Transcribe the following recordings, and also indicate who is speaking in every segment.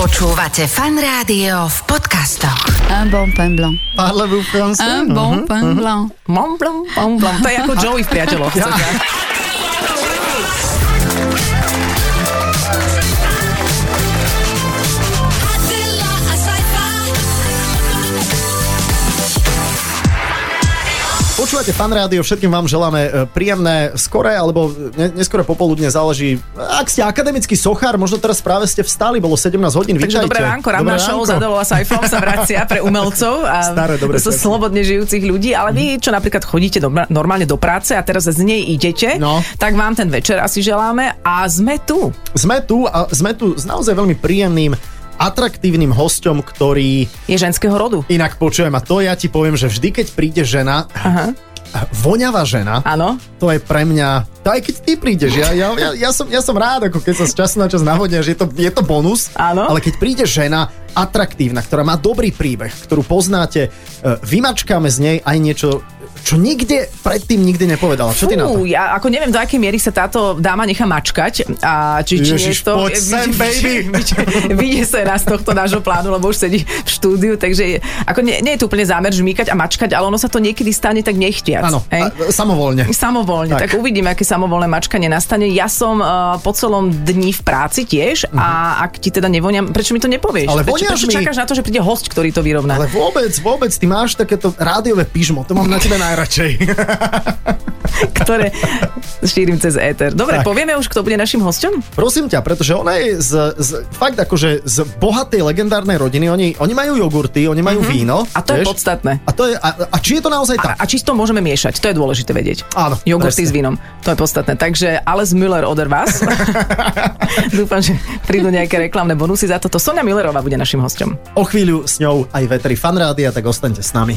Speaker 1: Počúvate fan rádio v podcastoch.
Speaker 2: Un bon pain blanc.
Speaker 3: Parlez-vous français?
Speaker 2: Un bon
Speaker 3: mhm.
Speaker 2: pain blanc.
Speaker 4: Mont Blanc, Mont Blanc. To je ako Joey v priateľoch. Ja.
Speaker 3: Počúvate fan rádio, všetkým vám želáme e, príjemné skore alebo ne- neskore popoludne záleží. Ak ste akademický sochár, možno teraz práve ste vstali, bolo 17 hodín,
Speaker 4: Takže
Speaker 3: vítajte.
Speaker 4: dobré ránko, ranná show za Dolo a Saifom sa vracia pre umelcov a
Speaker 3: Staré dobré
Speaker 4: so
Speaker 3: časy.
Speaker 4: slobodne žijúcich ľudí, ale vy, čo napríklad chodíte do, normálne do práce a teraz z nej idete,
Speaker 3: No.
Speaker 4: tak vám ten večer asi želáme a sme tu.
Speaker 3: Sme tu a sme tu s naozaj veľmi príjemným, atraktívnym hosťom, ktorý
Speaker 4: Je ženského rodu.
Speaker 3: inak počujem a to ja ti poviem, že vždy, keď príde žena,
Speaker 4: Aha,
Speaker 3: voňavá žena,
Speaker 4: áno.
Speaker 3: to je pre mňa, to aj keď ty prídeš, ja, ja, ja, ja, som, ja som rád, ako keď sa z času na čas nahodne, že je to, je to bonus,
Speaker 4: Áno.
Speaker 3: ale keď príde žena atraktívna, ktorá má dobrý príbeh, ktorú poznáte, e, vymačkáme z nej aj niečo, čo nikde predtým nikdy nepovedala. Čo ty na to?
Speaker 4: Fú, ja ako neviem, do akej miery sa táto dáma nechá mačkať. A či, či
Speaker 3: Ježiš,
Speaker 4: nie je to...
Speaker 3: poď sem, baby.
Speaker 4: Vidie sa nás z tohto nášho plánu, lebo už sedí v štúdiu, takže je- ako nie, nie je tu úplne zámer žmýkať a mačkať, ale ono sa to niekedy stane tak nechtiac.
Speaker 3: Áno, a-
Speaker 4: hej?
Speaker 3: samovolne.
Speaker 4: Samovolne,
Speaker 3: Tak.
Speaker 4: tak. tak uvidíme, aké samovolné mačkanie nastane. Ja som uh, po celom dni v práci tiež a ak ti teda nevoniam, prečo mi to nepovieš?
Speaker 3: Mhm. Ale
Speaker 4: prečo,
Speaker 3: voniaš
Speaker 4: prečo
Speaker 3: mi.
Speaker 4: čakáš na to, že príde host, ktorý to vyrovná?
Speaker 3: Ale vôbec, vôbec, ty máš takéto rádiové pyžmo, to mám na tebe najradšej.
Speaker 4: ktoré šírim cez éter. Dobre,
Speaker 3: Tak.
Speaker 4: povieme už, kto bude našim hostom?
Speaker 3: Prosím ťa, pretože ona je z, z, fakt akože z bohatej legendárnej rodiny, oni, oni majú jogurty, oni majú mm-hmm. víno.
Speaker 4: Mhm. A to je podstatné.
Speaker 3: A, to je, a, a či je to naozaj tak?
Speaker 4: A, a čisto môžeme miešať, to je dôležité vedieť.
Speaker 3: Áno,
Speaker 4: Jogurty
Speaker 3: presne.
Speaker 4: s vínom, to je podstatné. Takže Ales Müller oder vás. Dúfam, že prídu nejaké reklamné bonusy za toto. Sonia Millerová bude našim hostom.
Speaker 3: O chvíľu s ňou aj vetri fanrádia, tak ostaňte s nami.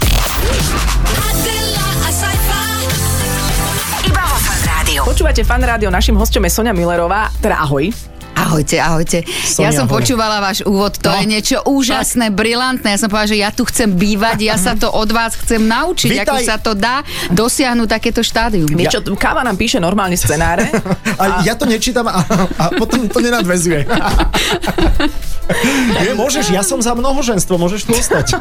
Speaker 1: Iba vo fan rádiu.
Speaker 4: Počúvate fan rádio, našim hostom je Sonia Millerová, teda ahoj.
Speaker 2: Ahojte, ahojte.
Speaker 3: Sonia,
Speaker 2: ja som
Speaker 3: ahoj.
Speaker 2: počúvala váš úvod, to
Speaker 3: No.
Speaker 2: je niečo úžasné, brilantné. Ja som povedala, že ja tu chcem bývať, ja sa to od vás chcem naučiť,
Speaker 3: Vítaj.
Speaker 2: ako sa to dá dosiahnuť takéto štádium.
Speaker 4: Vieš čo, káva nám píše normálne scenáre.
Speaker 3: A, ja to nečítam a, a potom to nenadvezuje. Nie, môžeš, ja som za mnohoženstvo, môžeš tu ostať.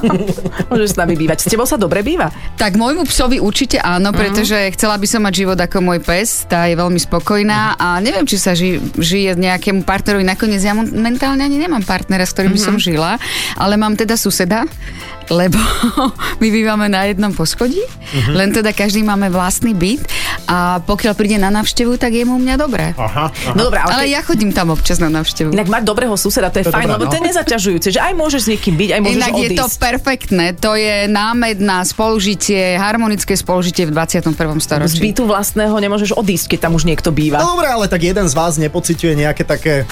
Speaker 4: Môžeš s nami bývať. S tebou sa dobre býva.
Speaker 2: Tak môjmu psovi určite áno,
Speaker 4: Mhm.
Speaker 2: pretože chcela by som mať život ako môj pes, tá je veľmi
Speaker 4: Mhm.
Speaker 2: spokojná a neviem, či sa ži, žije nejakému partnerovi. Nakoniec ja mon- mentálne ani nemám partnera, s ktorým
Speaker 4: Mhm.
Speaker 2: som žila, ale mám teda suseda, lebo my bývame na jednom poschodí,
Speaker 4: Mhm.
Speaker 2: len teda každý máme vlastný byt a pokiaľ príde na návštevu, tak je mu u mňa dobré.
Speaker 3: Aha.
Speaker 4: No dobré,
Speaker 2: Ale
Speaker 4: ale,
Speaker 2: ja chodím tam občas na návštevu.
Speaker 4: Inak mať dobrého suseda, to
Speaker 3: To
Speaker 4: je,
Speaker 3: je
Speaker 4: fajn,
Speaker 3: dobré,
Speaker 4: lebo
Speaker 3: no.
Speaker 4: to je nezaťažujúce, že aj môžeš s niekým byť, aj môžeš
Speaker 2: Inak
Speaker 4: odísť.
Speaker 2: je to perfektné, to je námed na spolužitie, harmonické spolužitie v 21.
Speaker 4: Z
Speaker 2: storočí.
Speaker 4: bytu vlastného nemôžeš odísť, keď tam už niekto býva.
Speaker 2: No.
Speaker 3: Dobre, No ale tak jeden z vás nepociťuje nejaké také...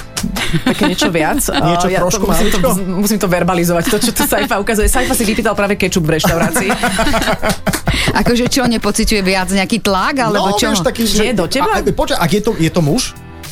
Speaker 4: také niečo viac.
Speaker 3: Niečo
Speaker 4: A ja
Speaker 3: trošku
Speaker 4: to, musím, to,
Speaker 3: maličko?
Speaker 4: musím to verbalizovať, to, čo tu Saifa ukazuje. Saifa si vypýtal práve kečup v reštaurácii.
Speaker 2: Akože čo, nepociťuje viac nejaký tlak, alebo
Speaker 3: no,
Speaker 2: čo?
Speaker 3: vieš, taký,
Speaker 4: Je do teba?
Speaker 3: A, a- počkaj, ak je to, je to muž,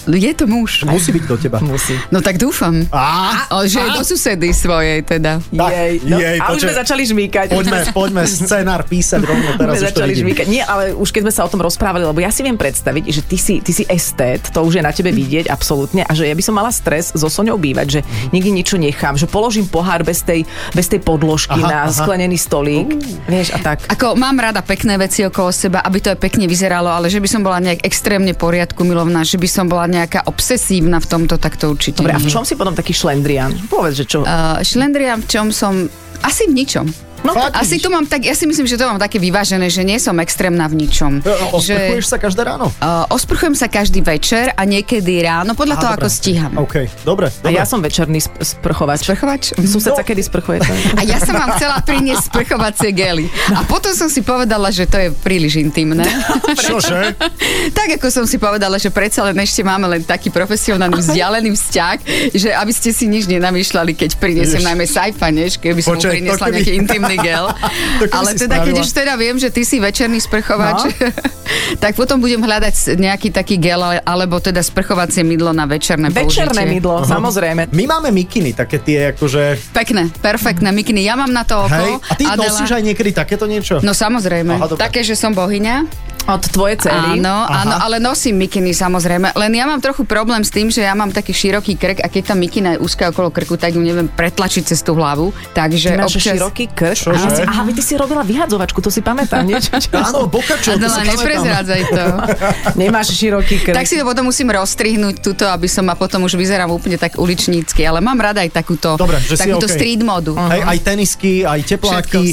Speaker 2: Je to muž.
Speaker 3: musí byť do teba.
Speaker 4: Musí.
Speaker 2: No tak dúfam.
Speaker 3: Á,
Speaker 2: A, že je do susedy svojej teda.
Speaker 3: Tak,
Speaker 4: jej, no,
Speaker 3: jej,
Speaker 4: a už
Speaker 3: počkaj.
Speaker 4: sme začali žmýkať.
Speaker 3: poďme, poďme scenár písať rovno teraz,
Speaker 4: sme
Speaker 3: už to
Speaker 4: začali
Speaker 3: vidím.
Speaker 4: žmýkať. Nie, ale už keď sme sa o tom rozprávali, lebo ja si viem predstaviť, že ty si, ty si estét, to už je na tebe vidieť absolútne a že ja by som mala stres so Soňou bývať, že
Speaker 3: Mhm.
Speaker 4: nikdy niečo nechám, že položím pohár bez tej, bez tej podložky
Speaker 3: Aha,
Speaker 4: na
Speaker 3: aha.
Speaker 4: sklenený stolík, vieš a tak.
Speaker 2: Ako mám rada pekné veci okolo seba, aby to aj pekne vyzeralo, ale že by som bola nejak extrémne poriadku milovná, že by som bola nejaká obsesívna v tomto, tak to určite.
Speaker 4: Dobre, a v
Speaker 2: nie.
Speaker 4: čom si potom taký šlendrian? Povedz, že čo?
Speaker 2: Uh, šlendrian v čom som... Asi v ničom.
Speaker 4: No,
Speaker 3: Fakt?
Speaker 2: Asi to mám tak, ja si myslím, že to mám také vyvážené, že nie som extrémna v ničom.
Speaker 3: E, Osprchuješ sa každé ráno?
Speaker 2: uh, osprchujem sa každý večer a niekedy ráno, podľa
Speaker 3: Á,
Speaker 2: toho,
Speaker 3: dobre.
Speaker 2: ako stíham.
Speaker 3: OK, dobre.
Speaker 4: a
Speaker 3: dobre.
Speaker 4: ja som večerný sp- sprchovač.
Speaker 2: Sprchovač?
Speaker 4: Sused
Speaker 3: No.
Speaker 4: sa kedy sprchuje?
Speaker 2: A ja som vám chcela priniesť sprchovacie gely. A potom som si povedala, že to je príliš intimné.
Speaker 3: Čože?
Speaker 2: tak ako som si povedala, že predsa len ešte máme len taký profesionálny vzdialený vzťah, že aby ste si nič nenamýšľali, keď prinesem
Speaker 3: Ježiš.
Speaker 2: najmä sajfa, než keby som
Speaker 3: Počkaj, to
Speaker 2: mu priniesla
Speaker 3: keby-
Speaker 2: nejaký intimný gel.
Speaker 3: To keby
Speaker 2: Ale
Speaker 3: si
Speaker 2: teda, keď
Speaker 3: spravila.
Speaker 2: už teda viem, že ty si večerný sprchovač,
Speaker 4: No.
Speaker 2: tak potom budem hľadať nejaký taký gel alebo teda sprchovacie mydlo na večerné použitie.
Speaker 4: Večerné mydlo, Aha. samozrejme.
Speaker 3: My máme mikiny, také tie akože...
Speaker 2: Pekné, perfektné mikiny. Ja mám na to oko.
Speaker 3: Hej, a ty
Speaker 2: Adela-
Speaker 3: nosíš aj niekedy takéto niečo?
Speaker 2: No samozrejme.
Speaker 3: Aha,
Speaker 2: Aha,
Speaker 3: dobre.
Speaker 2: Také, že som bohyňa
Speaker 4: Od tvojej cery.
Speaker 2: Áno, áno, ale nosím mikiny samozrejme. Len ja mám trochu problém s tým, že ja mám taký široký krk a keď tá mikina je úzka okolo krku, tak ju neviem pretlačiť cez tú hlavu. Takže
Speaker 4: Ty máš
Speaker 2: občas...
Speaker 4: široký krk.
Speaker 3: Čože?
Speaker 4: Áno, si- Aha, vy ty si robila vyhadzovačku, to si pamätám. Niečo, čo...
Speaker 3: Áno, bokačo, to
Speaker 2: Adela,
Speaker 3: si pamätám.
Speaker 2: No, neprezrádzaj to.
Speaker 4: Nemáš široký krk.
Speaker 2: tak si to potom musím rozstrihnúť tuto, aby som a potom už vyzerám úplne tak uličnícky, ale mám rada aj takúto,
Speaker 3: Dobre, že si
Speaker 2: takúto
Speaker 3: OK.
Speaker 2: street modu.
Speaker 3: Aj, aj tenisky, aj tepláky,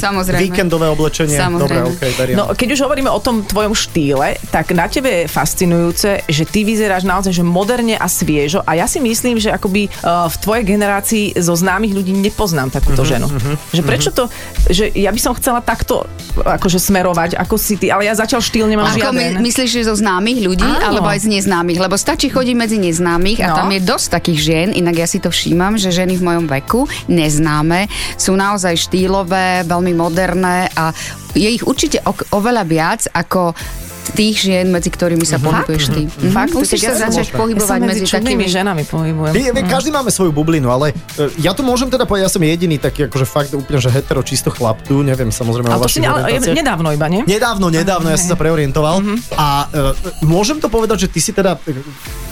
Speaker 2: Všetko, samozrejme.
Speaker 3: víkendové oblečenie.
Speaker 2: Samozrejme.
Speaker 3: Dobre, OK, beriem.
Speaker 4: No, keď už hovoríme o tom tvojom štýle, tak na tebe je fascinujúce, že ty vyzeráš naozaj že moderne a sviežo a ja si myslím, že akoby uh, v tvojej generácii zo známych ľudí nepoznám
Speaker 3: Mhm,
Speaker 4: takúto ženu. že prečo to, že ja by som chcela takto akože smerovať, ako si ty, ale ja zatiaľ štýl nemám
Speaker 2: Ako my,
Speaker 4: No, žiaden.
Speaker 2: myslíš, že zo známych ľudí,
Speaker 4: Áno.
Speaker 2: alebo aj z neznámych? Lebo stačí chodiť medzi neznámych a
Speaker 4: No.
Speaker 2: tam je dosť takých žien, inak ja si to všímam, že ženy v mojom veku, neznáme, sú naozaj štýlové, veľmi moderné a je ich určite o, oveľa viac ako tých žien, medzi ktorými sa pohybuješ ty. Mhm.
Speaker 4: Fakt,
Speaker 2: musíš
Speaker 4: tak ja
Speaker 2: sa začať
Speaker 4: som-
Speaker 3: možné.
Speaker 4: Ja sa
Speaker 2: pohybovať
Speaker 4: medzi
Speaker 2: medzi
Speaker 4: čudnými
Speaker 2: takými
Speaker 4: ženami pohybujem.
Speaker 3: Vy, vy, každý máme svoju bublinu, ale e, ja tu môžem teda povedať, ja som jediný taký akože fakt úplne, že hetero čisto chlap tu, neviem samozrejme
Speaker 4: Ale
Speaker 3: o
Speaker 4: to
Speaker 3: vašich
Speaker 4: si ne, ale
Speaker 3: orientáciách.
Speaker 4: nedávno iba, nie?
Speaker 3: Nedávno, nedávno, ja som sa preorientoval
Speaker 2: Mhm.
Speaker 3: a e, môžem to povedať, že ty si teda e,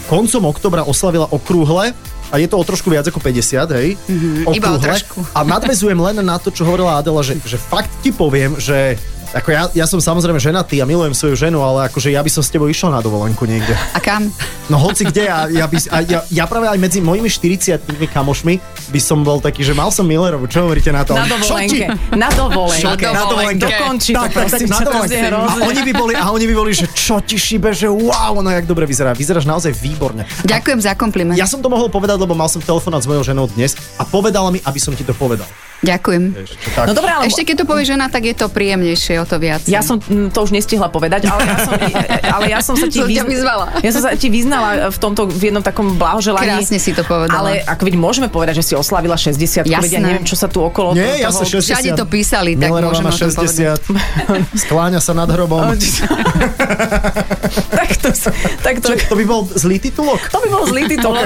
Speaker 3: koncom oktobra oslavila okrúhle a je to o trošku viac ako 50, hej? Mm-hmm.
Speaker 2: Mhm, iba o trošku.
Speaker 3: A nadvezujem len na to, čo hovorila Adela, že, že fakt ti poviem, že ako ja, ja som samozrejme ženatý a milujem svoju ženu, ale akože ja by som s tebou išiel na dovolenku niekde.
Speaker 2: A kam?
Speaker 3: No hoci kde, ja, ja, by, a, ja, ja práve aj medzi mojimi 40 kamošmi by som bol taký, že mal som Millerovu, čo hovoríte na to?
Speaker 4: Na
Speaker 3: Čo ti?
Speaker 4: dovolenke. Na dovolenke.
Speaker 3: Na dovolenke.
Speaker 4: Dokončí to,
Speaker 3: Tak, tak, tak,
Speaker 4: prosím,
Speaker 3: na
Speaker 4: ťa, to
Speaker 3: dovolenke.
Speaker 4: je
Speaker 3: A
Speaker 4: hrozné.
Speaker 3: oni by boli, a oni by boli, že čo ti šibe, že wow, ona jak dobre vyzerá. Vyzeráš naozaj výborne.
Speaker 2: Ďakujem za kompliment.
Speaker 3: Ja som to mohol povedať, lebo mal som telefonát s mojou ženou dnes a povedala mi, aby som ti to povedal.
Speaker 2: Ďakujem.
Speaker 3: Vieš, čo tak.
Speaker 4: No dobré, ale
Speaker 2: Ešte keď to povie žena, tak je to príjemnejšie o to viac.
Speaker 4: Ja som mm, to už nestihla povedať, ale ja som, ale ja som sa ti
Speaker 2: Som ťa vyzvala.
Speaker 4: Ja som sa ti vyznala v tomto v jednom takom blahoželaní.
Speaker 2: Krásne si to povedala.
Speaker 4: Ale ako veď môžeme povedať, že si oslavila 60, veď ja
Speaker 2: Jasné.
Speaker 4: neviem, čo sa tu okolo
Speaker 3: Nie, ja som 60.
Speaker 2: Všade to písali, tak
Speaker 3: Millerová
Speaker 2: môžem
Speaker 3: má
Speaker 2: o tom povedať.
Speaker 3: 60. Skláňa sa nad hrobom.
Speaker 4: tak to, tak to,
Speaker 3: Čo, to by bol zlý titulok?
Speaker 4: to by bol zlý titul.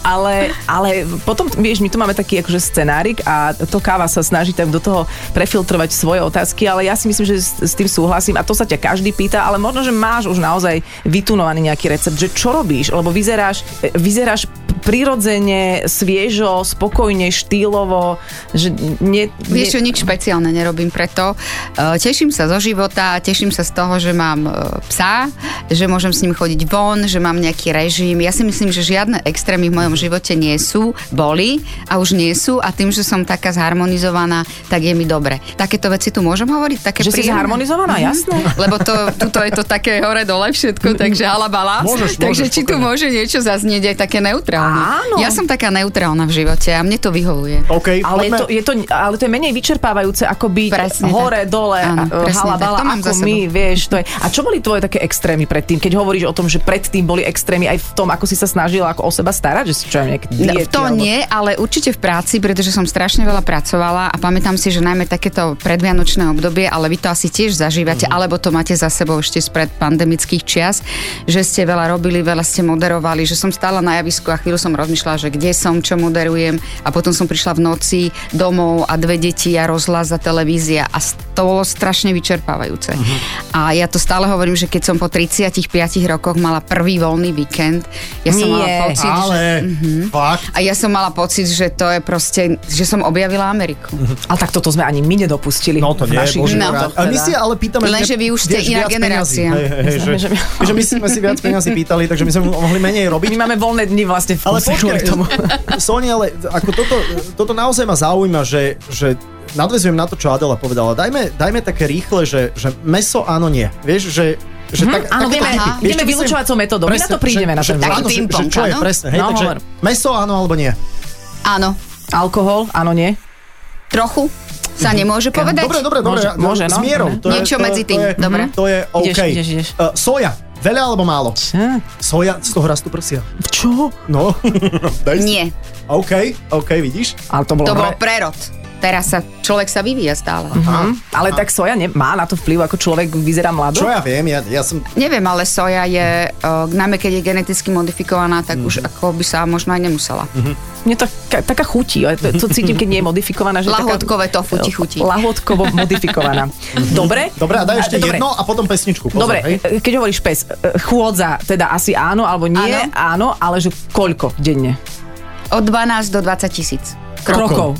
Speaker 4: ale, ale potom, vieš, my tu máme taký akože scenárik a to káva sa snaží tak do toho prefiltrovať svoje otázky, ale ja si myslím, že s, s tým súhlasím a to sa ťa každý pýta, ale možno, že máš už naozaj vytunovaný nejaký recept, že čo robíš, lebo vyzeráš, e, vyzeráš prirodzene, sviežo, spokojne, štýlovo, že nie...
Speaker 2: Vieš čo,
Speaker 4: nie-
Speaker 2: nič špeciálne nerobím preto. E, Teším sa zo života, teším sa z toho, že mám e, psa, že môžem s ním chodiť von, že mám nejaký režim. Ja si myslím, že žiadne extrémy v mojom živote nie sú, boli a už nie sú a tým, že som taká zharmonizovaná, tak je mi dobre. Takéto veci tu môžem hovoriť? Také
Speaker 4: Že si
Speaker 2: príjemné? Mhm.
Speaker 4: zharmonizovaná, jasné.
Speaker 2: Lebo to, tuto je to také hore dole všetko, takže halabala.
Speaker 3: Môžeš,
Speaker 2: takže
Speaker 3: môžeš,
Speaker 2: či tu
Speaker 3: pokojne.
Speaker 2: môže niečo zaznieť aj také neutrálne.
Speaker 4: Áno.
Speaker 2: Ja som taká neutrálna v živote a mne to vyhovuje.
Speaker 3: OK,
Speaker 4: Ale je,
Speaker 3: poďme-
Speaker 4: to, je to, ale to je menej vyčerpávajúce, ako byť
Speaker 2: Presne
Speaker 4: hore,
Speaker 2: tak.
Speaker 4: dole,
Speaker 2: Áno,
Speaker 4: Áno,
Speaker 2: presne
Speaker 4: halabala,
Speaker 2: tak. To mám
Speaker 4: ako
Speaker 2: za
Speaker 4: my, vieš. To je. A čo boli tvoje také extrémy predtým? Keď hovoríš o tom, že predtým boli extrémy, aj v tom, ako si sa snažila ako o seba starať, že si čo nejaké
Speaker 2: No,
Speaker 4: diety,
Speaker 2: to
Speaker 4: alebo...
Speaker 2: nie, ale určite v práci, pretože som strašne veľa pracovala a pamätám si, že najmä takéto predvianočné obdobie, ale vy to asi tiež
Speaker 4: Mhm.
Speaker 2: zažívate, alebo to máte za sebou ešte spred pandemických čias, že ste veľa robili, veľa ste moderovali, že som stála na javisku a chvíľu som rozmýšľala, že kde som, čo moderujem a potom som prišla v noci domov a dve deti a rozhlas a televízia a s- to bolo strašne vyčerpávajúce.
Speaker 4: Mhm.
Speaker 2: A ja to stále hovorím, že keď som po 35 rokoch mala prvý voľný víkend, ja som mala
Speaker 4: Nie.
Speaker 2: pocit, že
Speaker 3: Ale,
Speaker 4: Mhm.
Speaker 3: fakt.
Speaker 2: a ja som mala pocit, že to je proste, že som objavila Ameriku.
Speaker 4: A tak toto sme ani my nedopustili.
Speaker 3: No to nie,
Speaker 4: v našich
Speaker 3: bože.
Speaker 2: No.
Speaker 4: životoch
Speaker 3: A my
Speaker 4: teda.
Speaker 3: si ale pýtame...
Speaker 2: Lenže vy už ste
Speaker 3: vieš,
Speaker 2: iná
Speaker 3: viac
Speaker 2: generácia.
Speaker 3: peňazí. Hej, hej, hej, že,
Speaker 4: Že-
Speaker 3: že my sme si viac peniazy pýtali, takže my sme mohli menej robiť.
Speaker 4: My máme voľné dni vlastne v
Speaker 3: Ale
Speaker 4: kuse kvôli
Speaker 3: počkaj,
Speaker 4: tomu.
Speaker 3: Soni, ale ako toto, toto naozaj ma zaujíma, že, že nadvezujem na to, čo Adela povedala. Dajme, dajme také rýchle, že, že meso áno, nie. Vieš, že že tak,
Speaker 4: áno,
Speaker 3: takéto
Speaker 4: vieme-
Speaker 3: typy. Vieš,
Speaker 4: aha,
Speaker 3: čo
Speaker 4: ideme
Speaker 3: myslím?
Speaker 4: vylúčovacou metódou. My na to prídeme
Speaker 3: že,
Speaker 4: na
Speaker 3: že, že,
Speaker 4: ten vzor.
Speaker 3: áno, že, že
Speaker 2: Ping-pong,
Speaker 3: čo je
Speaker 2: áno?
Speaker 3: presne, hej,
Speaker 4: No,
Speaker 3: takže
Speaker 4: hovor.
Speaker 3: meso áno alebo nie.
Speaker 2: Áno,
Speaker 4: Alkohol, áno, nie?
Speaker 2: trochu sa nemôže povedať.
Speaker 3: Dobre, dobre, dobre.
Speaker 4: Môže- môže, no.
Speaker 3: S mierou. To
Speaker 2: Niečo
Speaker 3: je, to,
Speaker 2: medzi
Speaker 3: to
Speaker 2: tým,
Speaker 3: je-
Speaker 2: dobre.
Speaker 3: To je OK.
Speaker 4: ideš, ideš.
Speaker 3: Eh, soja, veľa alebo málo?
Speaker 4: Čo?
Speaker 3: Soja, z toho rastú prsia.
Speaker 4: Hm, Čo?
Speaker 3: No, daj si.
Speaker 2: Nie,
Speaker 3: OK, OK, vidíš?
Speaker 4: Ale to bolo,
Speaker 2: to bol
Speaker 4: hore.
Speaker 2: prerod. teraz sa, človek sa vyvíja stále.
Speaker 4: Hm? Ale tak soja ne- má na to vplyv, ako človek vyzerá mlado?
Speaker 3: Čo ja viem, ja, ja som...
Speaker 2: Neviem, ale soja je, uh, najmä keď je geneticky modifikovaná, tak už ako by sa možno aj nemusela.
Speaker 4: Mne to ka- taká chutí, ale to, to cítim, keď nie je modifikovaná. Že je
Speaker 2: Lahodkové
Speaker 4: taká,
Speaker 2: tofu ti chutí.
Speaker 4: Lahodkovo modifikovaná.
Speaker 3: Mhm.
Speaker 4: Dobre?
Speaker 3: Dobre, a daj ešte
Speaker 4: dobre.
Speaker 3: jedno a potom pesničku. Pozor,
Speaker 4: Dobre,
Speaker 3: hej.
Speaker 4: e, keď hovoríš pes, e, chôdza, teda asi áno alebo nie,
Speaker 2: Áno.
Speaker 4: áno, ale že koľko denne?
Speaker 2: Od 12 do 20 tisíc.
Speaker 3: Krokov.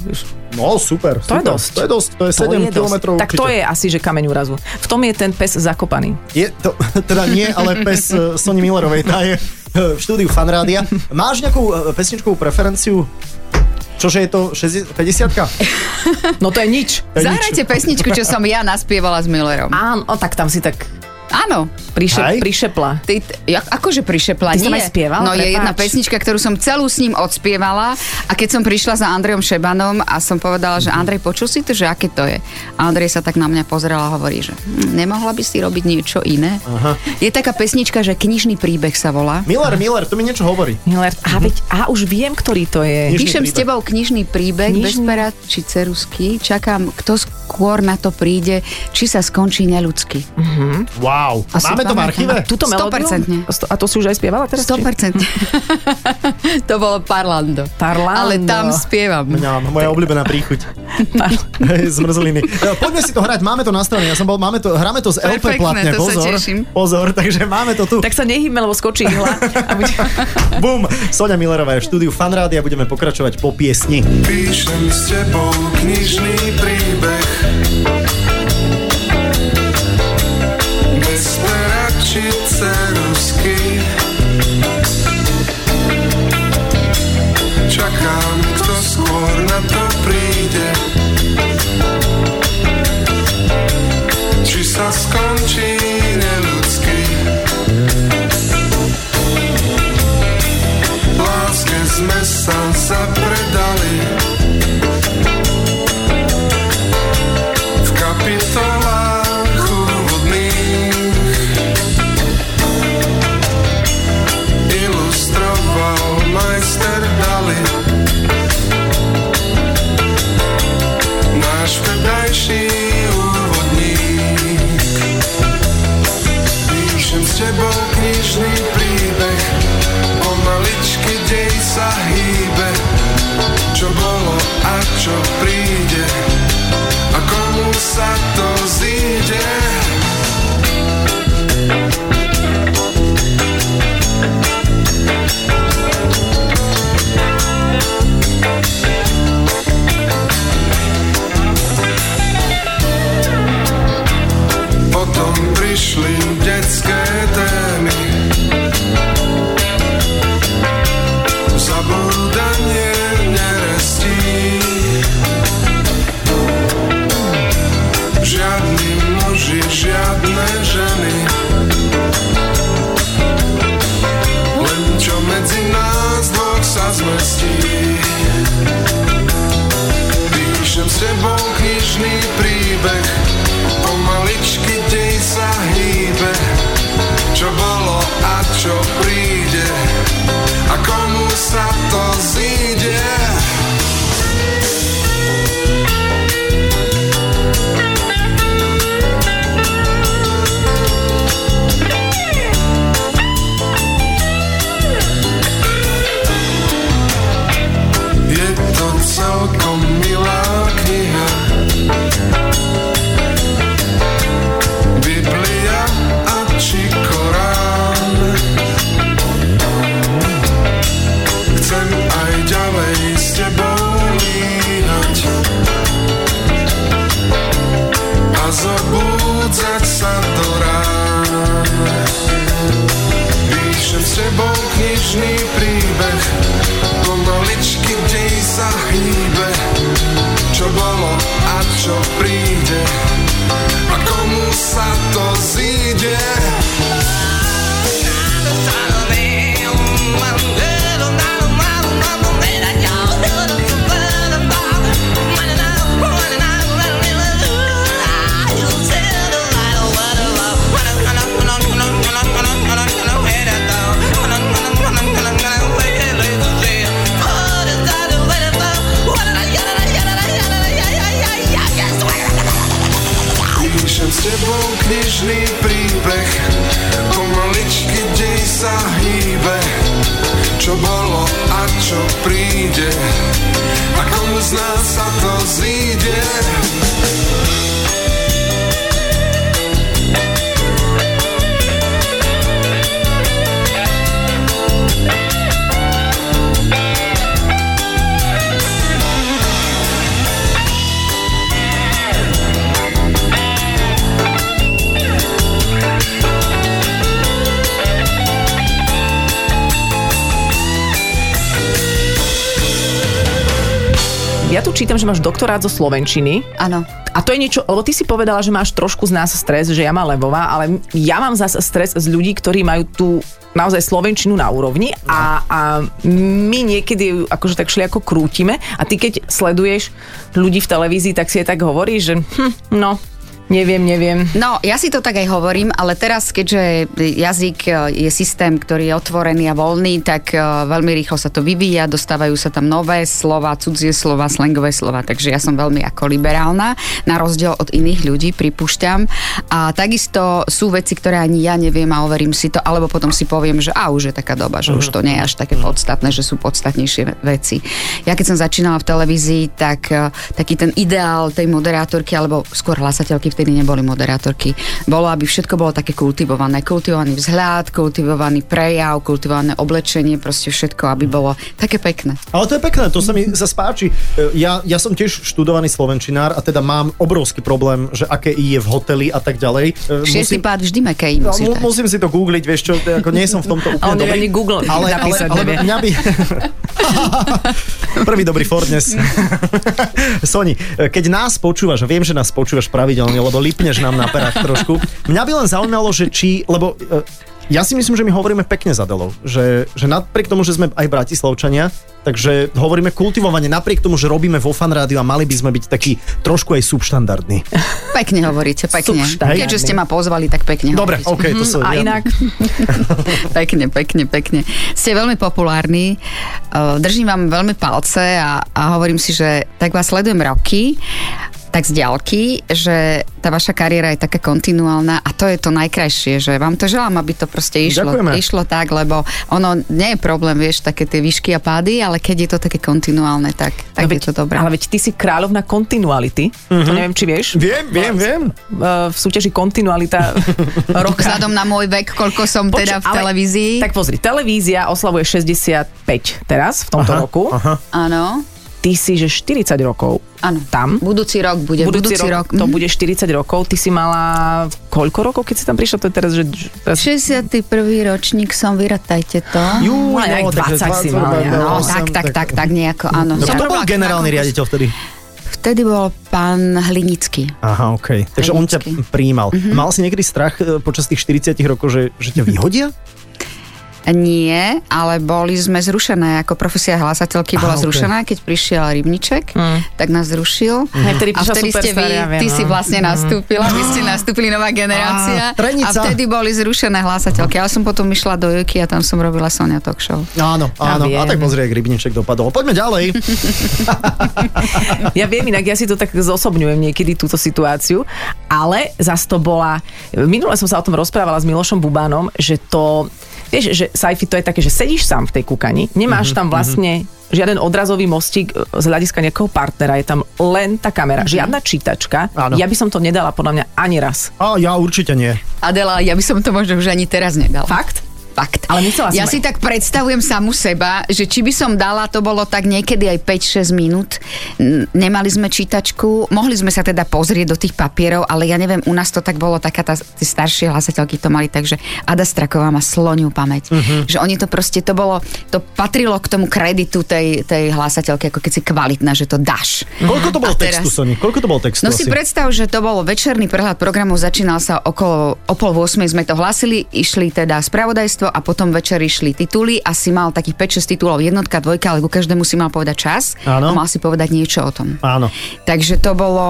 Speaker 3: No, super,
Speaker 4: To
Speaker 3: super.
Speaker 4: je dosť.
Speaker 3: To je dosť, to je 7
Speaker 4: dosť.
Speaker 3: kilometrov
Speaker 4: Tak to je asi, že kameň úrazu. V tom je ten pes zakopaný.
Speaker 3: Je to, teda nie, ale pes eh, Sony Millerovej, tá je eh, v štúdiu Fanrádia. Máš nejakú eh, pesničkovú preferenciu? Čože je to 60, 50
Speaker 4: No to je nič.
Speaker 2: Zahrajte pesničku, čo som ja naspievala s Millerom.
Speaker 4: Áno, o, tak tam si tak
Speaker 2: Áno.
Speaker 3: Aj?
Speaker 4: priše, prišepla.
Speaker 2: Ty, t- jak, akože prišepla,
Speaker 4: Ty si
Speaker 2: nie.
Speaker 4: tam aj spievala,
Speaker 2: No je
Speaker 4: prepáč.
Speaker 2: jedna pesnička, ktorú som celú s ním odspievala a keď som prišla za Andrejom Šebanom a som povedala, že Andrej, počul si to, že aké to je? A Andrej sa tak na mňa pozrel a hovorí, že hm, nemohla by si robiť niečo iné? Aha. Je taká pesnička, že knižný príbeh sa volá.
Speaker 3: Miller, Miller, to mi niečo hovorí.
Speaker 4: Miller, a veď, a už viem, ktorý to je.
Speaker 3: Knižný
Speaker 2: Píšem s
Speaker 3: príbeh.
Speaker 2: tebou knižný príbeh, knižný.
Speaker 4: Knižný.
Speaker 2: bez pera či cerusky. Čakám, kto skôr na to príde, či sa skončí neľudsky.
Speaker 3: Wow.
Speaker 2: Asi
Speaker 3: Máme to v
Speaker 2: pamätám.
Speaker 3: archíve?
Speaker 2: A
Speaker 4: Túto melódiu?
Speaker 2: 100%.
Speaker 4: A to si už aj spievala teraz? či?
Speaker 2: 100%. to bolo Parlando.
Speaker 4: Parlando.
Speaker 2: Ale tam spievam.
Speaker 3: Mňam, moja obľúbená príchuť. Hej, Zmrzliny. E, Poďme si to hrať, máme to nastavené. Ja som bol, máme to, hráme to z LP
Speaker 2: Perfektné,
Speaker 3: platne,
Speaker 2: to sa
Speaker 3: pozor.
Speaker 2: teším.
Speaker 3: Pozor, takže máme to tu.
Speaker 4: Tak sa nehybme, lebo skočí ihla. A bude...
Speaker 3: Bum. Sonia Millerová je v štúdiu Fanrádia, budeme pokračovať po piesni.
Speaker 5: Píšem s tebou knižný príbeh Bez pera či cerusky Čakám, kto skôr na to príde Či sa skončí neľudský Láske sme sa zapredali v kapitolách chudobných ilustroval majster Dali náš vtedajší úvodník Píšem s tebou knižný príbeh o maličky dej sa hýbe čo bolo a čo príde a komu sa to zíde. Potom prišli detské témy, zabúdanie nerestí. Žiadni muži, žiadne ženy Len čo medzi nás dvoch sa zmestí Píšem s tebou knižný príbeh Pomaličky dej sa hýbe Čo bolo a čo príde A komu sa to zíde Je to celkom milá kniha Biblia a či Korán Chcem aj ďalej s tebou línať A zobúdzať sa do rána Píšem s tebou knižný príbeh Pomaličky dej sa hýbe Čo bolo a čo príde A komu sa to zíde
Speaker 6: Yeah.
Speaker 5: tebou knižný príbeh Pomaličky dej sa hýbe Čo bolo a čo príde A komu z nás sa to zíde
Speaker 4: Ja tu čítam, že máš doktorát zo Slovenčiny.
Speaker 2: Áno.
Speaker 4: A to je niečo, lebo ty si povedala, že máš trošku z nás stres, že ja mám levová, ale ja mám zase stres z ľudí, ktorí majú tú naozaj slovenčinu na úrovni a, a my niekedy ju akože tak šli ako krútime a ty keď sleduješ ľudí v televízii, tak si je tak hovoríš, že hm, no, neviem, neviem.
Speaker 2: No, ja si to tak aj hovorím, ale teraz, keďže jazyk e, je systém, ktorý je otvorený a voľný, tak e, veľmi rýchlo sa to vyvíja, dostávajú sa tam nové slova, cudzie slova, slangové slova, takže ja som veľmi ako liberálna, na rozdiel od iných ľudí, pripúšťam. A takisto sú veci, ktoré ani ja neviem a overím si to, alebo potom si poviem, že a už je taká doba, že
Speaker 3: Mhm.
Speaker 2: už to nie je až také podstatné, že sú podstatnejšie ve- veci. Ja keď som začínala v televízii, tak e, taký ten ideál tej moderátorky, alebo skôr hlasateľky, vtedy neboli moderátorky, bolo, aby všetko bolo také kultivované. Kultivovaný vzhľad, kultivovaný prejav, kultivované oblečenie, proste všetko,
Speaker 3: Mhm.
Speaker 2: aby bolo také pekné.
Speaker 3: Ale to je pekné, to sa mi zase páči. E, Ja, ja som tiež študovaný slovenčinár a teda mám obrovský problém, že aké i je v hoteli a tak ďalej. E,
Speaker 2: Šiestý pád vždy mekej
Speaker 3: No,
Speaker 2: musíš
Speaker 3: mu-
Speaker 2: dať.
Speaker 3: musím si to googliť, vieš čo, to je ako nie som v tomto
Speaker 4: A
Speaker 3: úplne
Speaker 4: on
Speaker 3: dobrý.
Speaker 4: nevie ani Google
Speaker 3: ale, ale,
Speaker 4: napísať,
Speaker 3: ale
Speaker 4: nevie.
Speaker 3: mňa by... Prvý dobrý Ford dnes. Soni, keď nás počúvaš, viem, že nás počúvaš pravidelne, lebo lipneš nám na perách trošku. Mňa by len zaujímalo, že či, lebo e, ja si myslím, že my hovoríme pekne za Delou. Že, že napriek tomu, že sme aj bratislavčania, takže hovoríme kultivovane, napriek tomu, že robíme vo fanrádiu a mali by sme byť takí trošku aj subštandardní.
Speaker 2: Pekne hovoríte, pekne.
Speaker 4: Subštandardný.
Speaker 2: Keďže ste ma pozvali, tak pekne
Speaker 3: Dobre,
Speaker 2: hovoríte.
Speaker 3: OK, to sa...
Speaker 4: A
Speaker 3: ja-
Speaker 4: inak,
Speaker 2: Pekne, pekne, pekne. Ste veľmi populárni, eh, držím vám veľmi palce a, a hovorím si, že tak vás sledujem roky, tak z ďalky, že tá vaša kariéra je taká kontinuálna a to je to najkrajšie, že vám to želám, aby to proste išlo,
Speaker 3: Ďakujeme.
Speaker 2: išlo tak, lebo ono nie je problém, vieš, také tie výšky a pády, ale keď je to také kontinuálne, tak, tak je to dobré. Mhm.
Speaker 4: ale No veď ty si kráľovna kontinuality, to neviem, či vieš.
Speaker 3: Viem, viem, viem.
Speaker 4: v súťaži kontinualita roka.
Speaker 2: Vzhľadom na môj vek, koľko som
Speaker 4: Poču-
Speaker 2: teda v
Speaker 4: ale-
Speaker 2: televízii.
Speaker 4: Tak pozri, televízia oslavuje 65 teraz, v tomto aha, roku. Aha.
Speaker 2: Áno,
Speaker 4: Ty si, že 40 rokov
Speaker 2: áno.
Speaker 4: tam.
Speaker 2: Budúci rok bude, budúci, rok.
Speaker 4: To
Speaker 2: mhm.
Speaker 4: bude 40 rokov. Ty si mala koľko rokov, keď si tam prišla? To je teraz, že... Teraz,
Speaker 2: 61. ročník som, vyratajte to.
Speaker 3: Jú,
Speaker 4: Ale aj 20 si mal,
Speaker 2: No,
Speaker 4: no,
Speaker 2: tak, tak, tak, tak, nejako, áno.
Speaker 3: No,
Speaker 2: Som
Speaker 3: kto bol
Speaker 2: prvá,
Speaker 3: generálny
Speaker 2: ktorá-
Speaker 3: riaditeľ vtedy?
Speaker 2: Vtedy bol pán Hlinický.
Speaker 3: Aha, OK. Takže on ťa
Speaker 2: Technicky.
Speaker 3: prijímal. Mm-hmm. Mal si niekedy strach e, počas tých 40 rokov, že, že ťa vyhodia?
Speaker 2: Nie, ale boli sme zrušené, ako profesia hlasateľky bola
Speaker 3: Aha, ok.
Speaker 2: zrušená, keď prišiel Rybniček, tak nás zrušil.
Speaker 3: Mhm.
Speaker 4: Aj vtedy
Speaker 2: A
Speaker 4: prišiel
Speaker 2: vtedy ste
Speaker 4: Superstar,
Speaker 2: vy,
Speaker 4: ja viem,
Speaker 2: ty
Speaker 4: no.
Speaker 2: si vlastne nastúpila, vy ste nastúpili nová generácia.
Speaker 3: Á,
Speaker 2: a
Speaker 3: trenica.
Speaker 2: vtedy boli zrušené hlasateľky. Ja som potom išla do Jojky a tam som robila Sonia Talk Show.
Speaker 3: Áno, áno.
Speaker 4: viem.
Speaker 3: A tak pozri, ak rybníček dopadol. Poďme ďalej.
Speaker 4: ja viem, inak ja si to tak zosobňujem niekedy túto situáciu, ale zas to bola... Minule som sa o tom rozprávala s Milošom Bubánom, že to... Vieš, že sajfi to je také, že sedíš sám v tej kukani, nemáš tam vlastne žiaden odrazový mostík e, z hľadiska nejakého partnera, je tam len tá kamera, žiadna čítačka.
Speaker 3: Áno.
Speaker 4: Ja by som to nedala podľa mňa ani raz.
Speaker 3: A ja určite nie.
Speaker 2: Adela, ja by som to možno už ani teraz nedala.
Speaker 4: Fakt?
Speaker 2: Fakt.
Speaker 4: Ale myslela som
Speaker 2: ja
Speaker 4: aj-
Speaker 2: si tak predstavujem samu seba, že či by som dala, to bolo tak niekedy aj 5-6 minút. N- Nemali sme čítačku, mohli sme sa teda pozrieť do tých papierov, ale ja neviem, u nás to tak bolo, taká tá, tie staršie hlasateľky to mali, takže Ada Straková má sloniu pamäť.
Speaker 3: Mhm.
Speaker 2: Že oni to proste, to bolo, to patrilo k tomu kreditu tej, tej hlasateľky, ako keď si kvalitná, že to dáš.
Speaker 3: Koľko to bolo
Speaker 2: Mhm. A teraz-
Speaker 3: textu, Soni? Koľko to bolo textu
Speaker 2: No si
Speaker 3: asi?
Speaker 2: predstav, že to bolo večerný prehľad programu, začínal sa okolo o pol 8 sme to hlasili, išli teda spravodajstvo a potom večer išli tituly a si mal takých 5-6 titulov, jednotka, dvojka, ale ku každému si mal povedať čas a
Speaker 3: Áno.
Speaker 2: mal si povedať niečo o tom.
Speaker 3: Áno.
Speaker 2: Takže to bolo,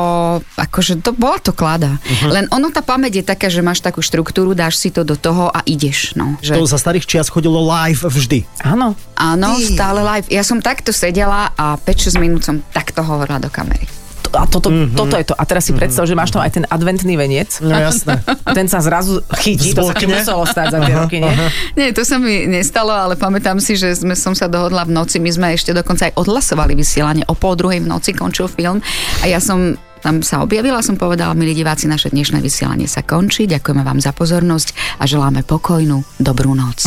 Speaker 2: akože to bola to klada.
Speaker 3: Mhm.
Speaker 2: Uh-huh. Len ono, tá pamäť je taká, že máš takú štruktúru, dáš si to do toho a ideš. No, že...
Speaker 3: To za starých čias chodilo live vždy.
Speaker 4: Áno.
Speaker 2: Áno, stále live. Ja som takto sedela a 5-6 minút som takto hovorila do kamery.
Speaker 4: to, a toto, mm-hmm. toto je to. A teraz si predstav, že máš tam aj ten adventný veniec.
Speaker 3: No jasné.
Speaker 4: A ten sa zrazu chytí, to sa ti
Speaker 3: Zblokne.
Speaker 4: muselo stať za tie roky, nie?
Speaker 2: Nie, to sa mi nestalo, ale pamätám si, že sme, som sa dohodla v noci, my sme ešte dokonca aj odhlasovali vysielanie, o pol druhej v noci končil film a ja som tam sa objavila, som povedala, milí diváci, naše dnešné vysielanie sa končí, ďakujeme vám za pozornosť a želáme pokojnú, dobrú noc.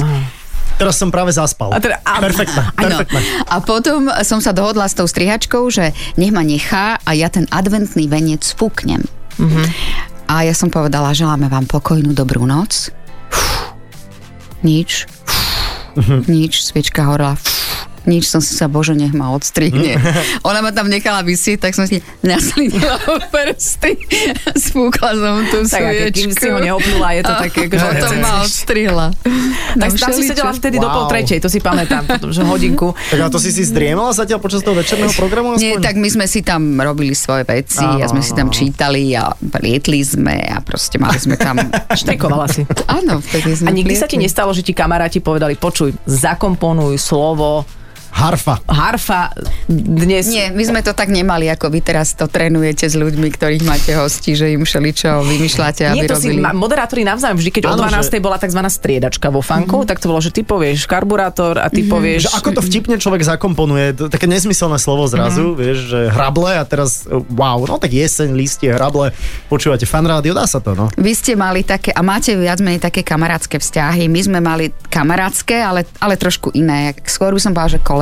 Speaker 3: Teraz som práve zaspal.
Speaker 4: A teda- a-
Speaker 3: Perfektné,
Speaker 2: Áno.
Speaker 3: perfektné.
Speaker 2: A potom som sa dohodla s tou strihačkou, že nech ma nechá a ja ten adventný venec spúknem. Mm-hmm. A ja som povedala, želáme vám pokojnú dobrú noc. Fú, Nič. Fú, Nič. Sviečka horela. Fú, Nič som si sa, bože, nech ma odstrihne. Ona ma tam nechala vysieť, tak som si naslinila prsty. Spúkla som tú
Speaker 4: Tak a keď-
Speaker 2: sviečku.
Speaker 4: kým si ho neopnula, je to
Speaker 2: A
Speaker 4: také, akože že-
Speaker 2: Potom ma odstrihla.
Speaker 4: Tak
Speaker 2: No,
Speaker 4: tam si
Speaker 2: všeličo.
Speaker 4: sedela vtedy do pol
Speaker 3: Wow.
Speaker 4: tretej, to si pamätám, potom, že hodinku.
Speaker 3: Tak a to si si zdriemala zatiaľ počas toho večerného programu?
Speaker 2: Nie,
Speaker 3: aspoň?
Speaker 2: tak my sme si tam robili svoje veci
Speaker 3: Áno,
Speaker 2: a sme si tam
Speaker 3: áno.
Speaker 2: čítali a lietli sme a proste mali sme tam...
Speaker 4: Štrikovala si.
Speaker 2: Áno, vtedy
Speaker 4: A
Speaker 2: sme
Speaker 4: nikdy sa ti
Speaker 2: lietli.
Speaker 4: nestalo, že ti kamaráti povedali, počuj, zakomponuj slovo
Speaker 3: Harfa.
Speaker 4: harfa dnes.
Speaker 2: Nie, my sme to tak nemali, ako vy teraz to trénujete s ľuďmi, ktorých máte hosti, že im všeličo vymýšľate, aby
Speaker 4: Nie, to si
Speaker 2: robili...
Speaker 4: ma- moderátori navzájom vždy, keď
Speaker 3: Áno,
Speaker 4: o 12.
Speaker 3: že-
Speaker 4: bola tzv. striedačka vo fanku, tak to bolo, že ty povieš karburátor a ty povieš...
Speaker 3: Že ako
Speaker 2: mm-hmm.
Speaker 3: to vtipne človek zakomponuje, to, také nezmyselné slovo zrazu, mm-hmm. vieš, že hrable a teraz e, wow, no tak jeseň, listie, hrable, počúvate fan rádio, dá sa to, no.
Speaker 2: Vy ste mali také, a máte viac menej také kamarátske vzťahy. My sme mali kamarátske, ale, ale trošku iné. Skôr by som povedala, že kolegiálne.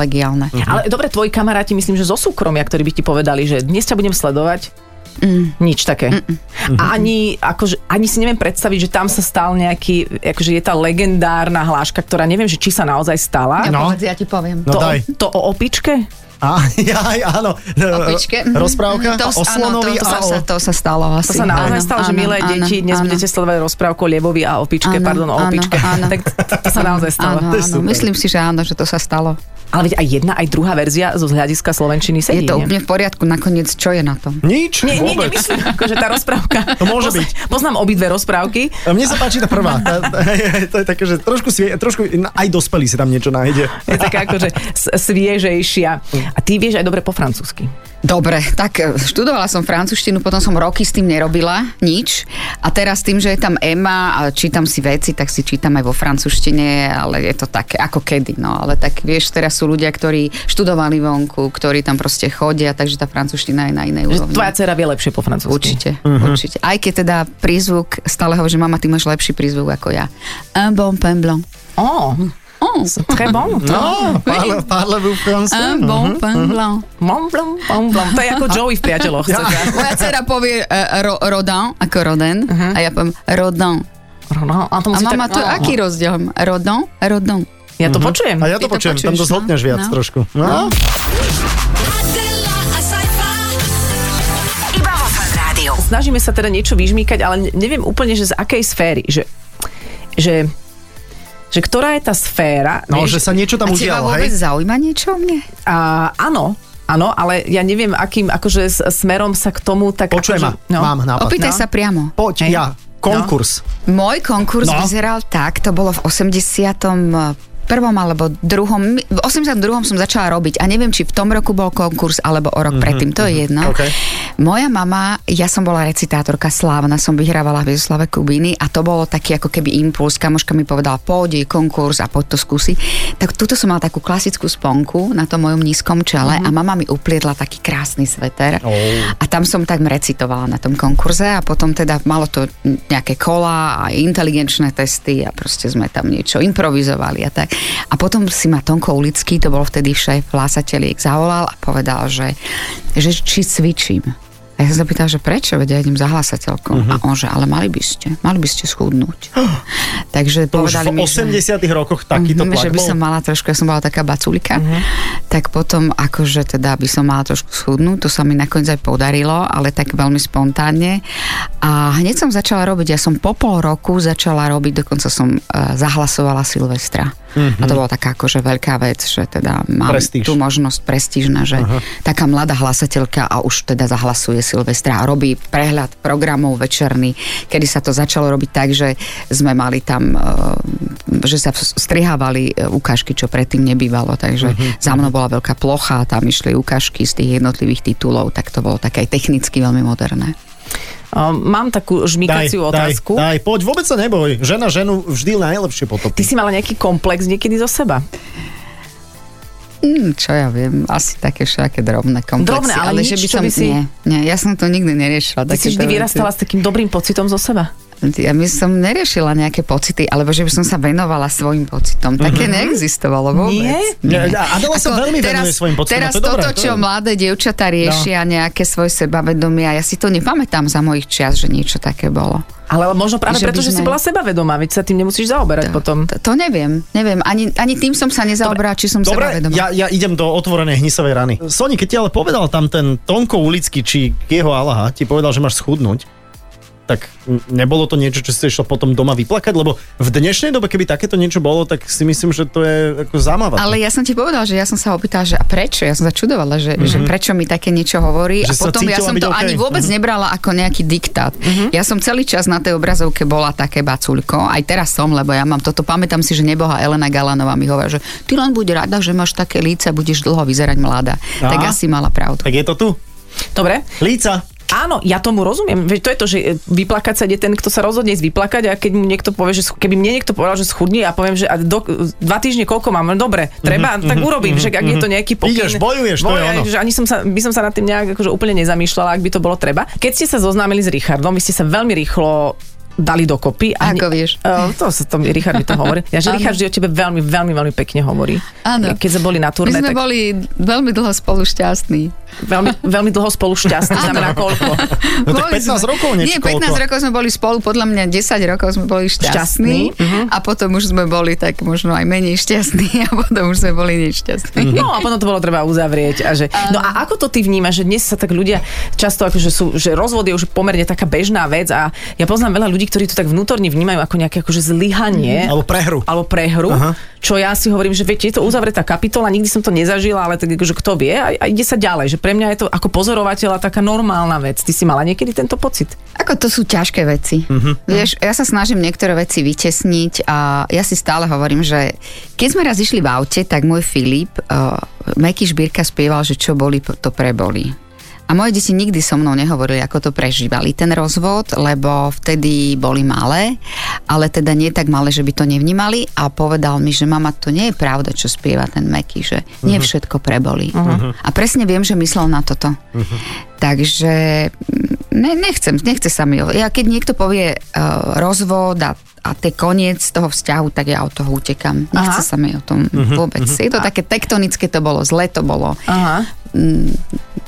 Speaker 3: Hm.
Speaker 4: Ale dobre, tvoji kamaráti, myslím, že zo súkromia, ktorí by ti povedali, že dnes ťa budem sledovať, Mm. Nič také. Mm-mm. A ani, akože, ani si neviem predstaviť, že tam sa stal nejaký, akože je tá legendárna hláška, ktorá neviem, že či sa naozaj stala.
Speaker 2: Ja,
Speaker 3: No.
Speaker 2: povedz, ja ti poviem.
Speaker 3: No
Speaker 4: to,
Speaker 3: daj.
Speaker 4: to o opičke?
Speaker 3: A, aj, áno. e,
Speaker 2: Opičke. Mhm.
Speaker 3: Rozprávka
Speaker 2: To,
Speaker 3: o slonovi
Speaker 2: áno, to, to,
Speaker 3: a
Speaker 2: sa,
Speaker 3: o...
Speaker 2: to sa stalo asi.
Speaker 4: To sa naozaj
Speaker 2: Áno,
Speaker 4: stalo, že
Speaker 2: áno,
Speaker 4: milé
Speaker 2: áno,
Speaker 4: deti, dnes
Speaker 2: áno.
Speaker 4: budete sledovať rozprávku o Lievovi a opičke,
Speaker 2: Áno,
Speaker 4: pardon, o
Speaker 2: áno,
Speaker 4: opičke.
Speaker 2: áno.
Speaker 4: Tak to, to sa naozaj stalo.
Speaker 2: Áno,
Speaker 3: To je
Speaker 2: áno,
Speaker 3: super.
Speaker 2: myslím si, že áno, že to sa stalo.
Speaker 4: Ale veď aj jedna, aj druhá verzia zo z hľadiska Slovenčiny
Speaker 2: Je
Speaker 4: sedí.
Speaker 2: to
Speaker 4: nie?
Speaker 2: úplne v poriadku, nakoniec čo je na tom?
Speaker 3: Nič,
Speaker 4: Nie, nie,
Speaker 3: vôbec.
Speaker 4: nemyslím, akože tá rozprávka.
Speaker 3: To môže byť.
Speaker 4: Poznám obidve rozprávky.
Speaker 3: A Mne sa páči tá prvá. Tá, tá, je- to je také, že trošku, svie, trošku aj dospelý si tam niečo nájde.
Speaker 4: Je taká akože s- sviežejšia. A ty vieš aj dobre po francúzsky.
Speaker 2: Dobre, tak e, študovala som francúzštinu, potom som roky s tým nerobila nič a teraz tým, že je tam Ema a čítam si veci, tak si čítam aj vo francúzštine, ale je to také ako kedy, no ale tak vieš, teraz sú ľudia, ktorí študovali vonku, ktorí tam proste chodia, takže tá francúzština je na inej úrovni.
Speaker 4: Že tvoja dcera vie lepšie po francúzsky.
Speaker 2: Určite, uh-huh. určite. Aj keď teda prízvuk, stále hovorí, že mama, ty máš lepší prízvuk ako ja. Un bon pain blanc.
Speaker 4: Ó,
Speaker 2: Oh,
Speaker 4: très bon.
Speaker 3: No, parle, parle vous français.
Speaker 2: un bon pain blanc.
Speaker 4: Mom, blom, mom, blom. To je ako Joey v priateľoch.
Speaker 3: Ja.
Speaker 4: Ja.
Speaker 2: Moja dcera povie uh, ro, Rodan, ako Roden, uh-huh. a ja poviem Rodan.
Speaker 4: No, a
Speaker 2: A
Speaker 4: to musí
Speaker 2: mama, to
Speaker 4: tak,
Speaker 2: je
Speaker 4: no.
Speaker 2: aký rozdiel? Rodan, Rodan.
Speaker 4: Ja to počujem.
Speaker 3: Mhm. A ja
Speaker 2: Ty
Speaker 3: to
Speaker 2: to
Speaker 3: počujem, tam
Speaker 2: počuješ,
Speaker 3: to zhltneš
Speaker 2: no?
Speaker 3: viac
Speaker 2: No.
Speaker 3: trošku. No.
Speaker 1: Iba vo Fan Rádiu.
Speaker 4: Snažíme sa teda niečo vyžmýkať, ale ne- neviem úplne, že z akej sféry. Že, že, že ktorá je tá sféra.
Speaker 3: No, že
Speaker 4: vieš?
Speaker 3: sa niečo
Speaker 2: a
Speaker 3: tam
Speaker 2: teba
Speaker 3: udialo,
Speaker 2: vôbec
Speaker 3: hej?
Speaker 2: zaujíma niečo o mne?
Speaker 4: A, áno, áno, ale ja neviem, akým akože s- smerom sa k tomu tak...
Speaker 3: Počujem ma,
Speaker 4: akože, no.
Speaker 3: mám nápad.
Speaker 2: Opýtaj
Speaker 4: No.
Speaker 2: sa priamo.
Speaker 3: Poď,
Speaker 4: Hej.
Speaker 3: ja. Konkurs.
Speaker 2: Môj konkurs
Speaker 3: No.
Speaker 2: no. vyzeral tak, to bolo v 80 prvom alebo druhom, v 82. som začala robiť a neviem, či v tom roku bol konkurs alebo o rok mm-hmm, predtým, to je jedno.
Speaker 3: OK.
Speaker 2: Moja mama, ja som bola recitátorka slávna, som vyhrávala v Jezoslave Kubíny a to bolo taký ako keby impuls, kamoška mi povedala, pôjdi konkurs a poď to skúsi. Tak tuto som mala takú klasickú sponku na tom mojom nízkom čele mm-hmm. a mama mi upliedla taký krásny sveter
Speaker 3: Oh.
Speaker 2: a tam som tak recitovala na tom konkurze a potom teda malo to nejaké kola a inteligenčné testy a proste sme tam niečo improvizovali a tak. A potom si ma Tonko Ulický, to bol vtedy šéf vlásateliek, zavolal a povedal, že, že či cvičím. A ja som sa pýtala, že prečo, veď ja idem za hlasateľkou. Uh-huh. A
Speaker 3: Mhm.
Speaker 2: on, že ale mali by ste, mali by ste schudnúť. Takže
Speaker 3: To
Speaker 2: No.
Speaker 3: už
Speaker 2: povedali
Speaker 3: v
Speaker 2: mi, že-
Speaker 3: 80 rokoch
Speaker 2: Mhm,
Speaker 3: takýto tlak
Speaker 2: že by
Speaker 3: bol. Mhm.
Speaker 2: som mala trošku, ja som bola taká baculika, tak potom akože teda by som mala trošku schudnúť, to sa mi nakoniec aj podarilo, ale tak veľmi spontánne. A hneď som začala robiť, ja som po pol roku začala robiť, dokonca som uh, e, zahlasovala Silvestra. Mm-hmm. A to bola taká akože veľká vec, že teda mám
Speaker 3: Mhm. Prestíž.
Speaker 2: tú možnosť prestížna, že Aha. taká mladá hlasateľka a už teda zahlasuje Silvestra a robí prehľad programov večerný, kedy sa to začalo robiť tak, že sme mali tam, eh, že sa strihávali eh, ukážky, čo predtým nebývalo, takže za mnou bola veľká plocha a tam išli ukážky z tých jednotlivých titulov, tak to bolo také aj technicky veľmi moderné.
Speaker 4: Um, Mám takú žmýkaciu otázku.
Speaker 3: Daj, daj, poď, vôbec sa neboj. Žena ženu vždy najlepšie
Speaker 4: Ty
Speaker 3: potopí.
Speaker 4: si mala nejaký komplex niekedy zo seba.
Speaker 2: Mm, čo ja viem, asi také všaké drobné komplexy.
Speaker 4: Drobné, ale
Speaker 2: že
Speaker 4: nič,
Speaker 2: by
Speaker 4: čo
Speaker 2: som,
Speaker 4: by si-
Speaker 2: Nie, nie, ja som to nikdy neriešila.
Speaker 4: Ty
Speaker 2: takéto
Speaker 4: si vždy
Speaker 2: veci.
Speaker 4: vyrastala s takým dobrým pocitom zo seba.
Speaker 2: Ja by som neriešila nejaké pocity, alebo že by som sa venovala svojim pocitom. Také mm-hmm. neexistovalo vôbec.
Speaker 4: Nie?
Speaker 3: Mhm. Nie, a Adela sa veľmi venuje svojim pocitom,
Speaker 2: Teraz
Speaker 3: a to je dobré,
Speaker 2: toto,
Speaker 3: to je- No.
Speaker 2: čo mladé dievčatá riešia, nejaké svoje sebavedomia, ja si to nepamätám za mojich čias, že niečo také bolo.
Speaker 4: Ale možno práve
Speaker 2: Že by
Speaker 4: preto, že si
Speaker 2: sme-
Speaker 4: bola sebavedomá, veď sa tým nemusíš zaoberať potom.
Speaker 2: To, to neviem, neviem. Ani, ani tým som sa nezaobrala, či som
Speaker 3: Dobre,
Speaker 2: sebavedomá.
Speaker 3: ja, ja idem do otvorenej hnisovej rany. Soni, keď ti ale povedal tam ten Tonko Ulický, či jeho Alaha, ti povedal, že máš schudnúť, tak n- nebolo to niečo, čo si išlo potom doma vyplakať, lebo v dnešnej dobe, keby takéto niečo bolo, tak si myslím, že to je ako zamáva.
Speaker 2: Ale ja som ti povedala, že ja som sa opýtala, že a prečo? Ja som sa čudovala, že, mm-hmm. že prečo mi také niečo hovorí.
Speaker 3: Mhm.
Speaker 2: Že
Speaker 3: Že
Speaker 2: a
Speaker 3: sa
Speaker 2: potom ja
Speaker 3: cítila
Speaker 2: som
Speaker 3: byť Mhm.
Speaker 2: to
Speaker 3: OK.
Speaker 2: okay. ani vôbec mm-hmm. nebrala ako nejaký diktát. Mm-hmm. Ja som celý čas na tej obrazovke bola také baculko. Aj teraz som, lebo ja mám toto, pamätám si, že neboha Elena Galanová mi hovorí, že ty len buď rada, že máš také líce a budeš dlho vyzerať mladá.
Speaker 3: A?
Speaker 2: Tak asi mala pravdu.
Speaker 3: Tak je to tu.
Speaker 4: Dobre?
Speaker 3: Líca.
Speaker 4: Áno, ja tomu rozumiem. Veď to je to, že e, vyplakať sa ide ten, kto sa rozhodne ísť vyplakať a keď mu niekto povie, že sch- keby mne niekto povedal, že schudni a poviem, že a do, e, dva týždne koľko mám,
Speaker 3: Mhm,
Speaker 4: no dobre, treba, tak urobím, však ak je to nejaký pokyn.
Speaker 3: Ideš, bojuješ, to je
Speaker 4: Bojujem,
Speaker 3: ono.
Speaker 4: Že ani som sa, by som sa nad tým nejak akože úplne nezamýšľala, ak by to bolo treba. Keď ste sa zoznámili s Richardom, vy ste sa veľmi rýchlo dali dokopy. A
Speaker 2: Ako vieš?
Speaker 4: Uh, to sa to mi Richard mi to hovorí. Ja,
Speaker 2: Áno.
Speaker 4: že Richard vždy o tebe veľmi, veľmi, veľmi pekne hovorí.
Speaker 2: Áno.
Speaker 4: Keď sme boli na
Speaker 2: My
Speaker 4: turné,
Speaker 2: sme
Speaker 4: tak
Speaker 2: boli veľmi dlho spolu šťastní.
Speaker 4: veľmi, veľmi dlho spolu šťastný, znamená koľko.
Speaker 3: No tak
Speaker 2: Boli
Speaker 3: 15
Speaker 2: sme-
Speaker 3: rokov niečo
Speaker 2: Nie, 15
Speaker 3: koľko.
Speaker 2: rokov sme boli spolu, podľa mňa 10 rokov sme boli šťastní,
Speaker 4: Šťastní, mhm.
Speaker 2: a potom už sme boli tak možno aj menej šťastní a potom už sme boli nešťastní.
Speaker 4: No a potom to bolo treba uzavrieť. A že, no a ako to ty vnímaš, že dnes sa tak ľudia často, akože sú, že rozvod je už pomerne taká bežná vec a ja poznám veľa ľudí, ktorí to tak vnútorne vnímajú ako nejaké akože
Speaker 2: E-
Speaker 4: zlyhanie.
Speaker 3: Alebo prehru.
Speaker 4: Alebo prehru,
Speaker 3: Mhm. Aha.
Speaker 4: čo ja si hovorím, že viete, je to uzavretá kapitola, nikdy som to nezažila, ale tak akože kto vie a, a ide sa ďalej. Že pre mňa je to ako pozorovateľa taká normálna vec. Ty si mala niekedy tento pocit?
Speaker 2: Ako to sú ťažké veci. Vieš, ja sa snažím niektoré veci vytesniť a ja si stále hovorím, že keď sme raz išli v aute, tak môj Filip, uh, Meky Šbírka spieval, že čo boli, to preboli. A moje deti nikdy so mnou nehovorili, ako to prežívali ten rozvod, lebo vtedy boli malé, ale teda nie tak malé, že by to nevnímali a povedal mi, že mama, to nie je pravda, čo spieva ten Meky, že nie všetko prebolí. A presne viem, že myslel na toto. Takže mm, ne, nechcem, nechce sa mi. o- Ja keď niekto povie uh, rozvod a, a to je koniec toho vzťahu, tak ja od toho utekam. Nechce
Speaker 4: Aha.
Speaker 2: sa mi o tom vôbec. Je to také tektonické, to bolo zle, to bolo.
Speaker 4: Aha.
Speaker 2: Mm,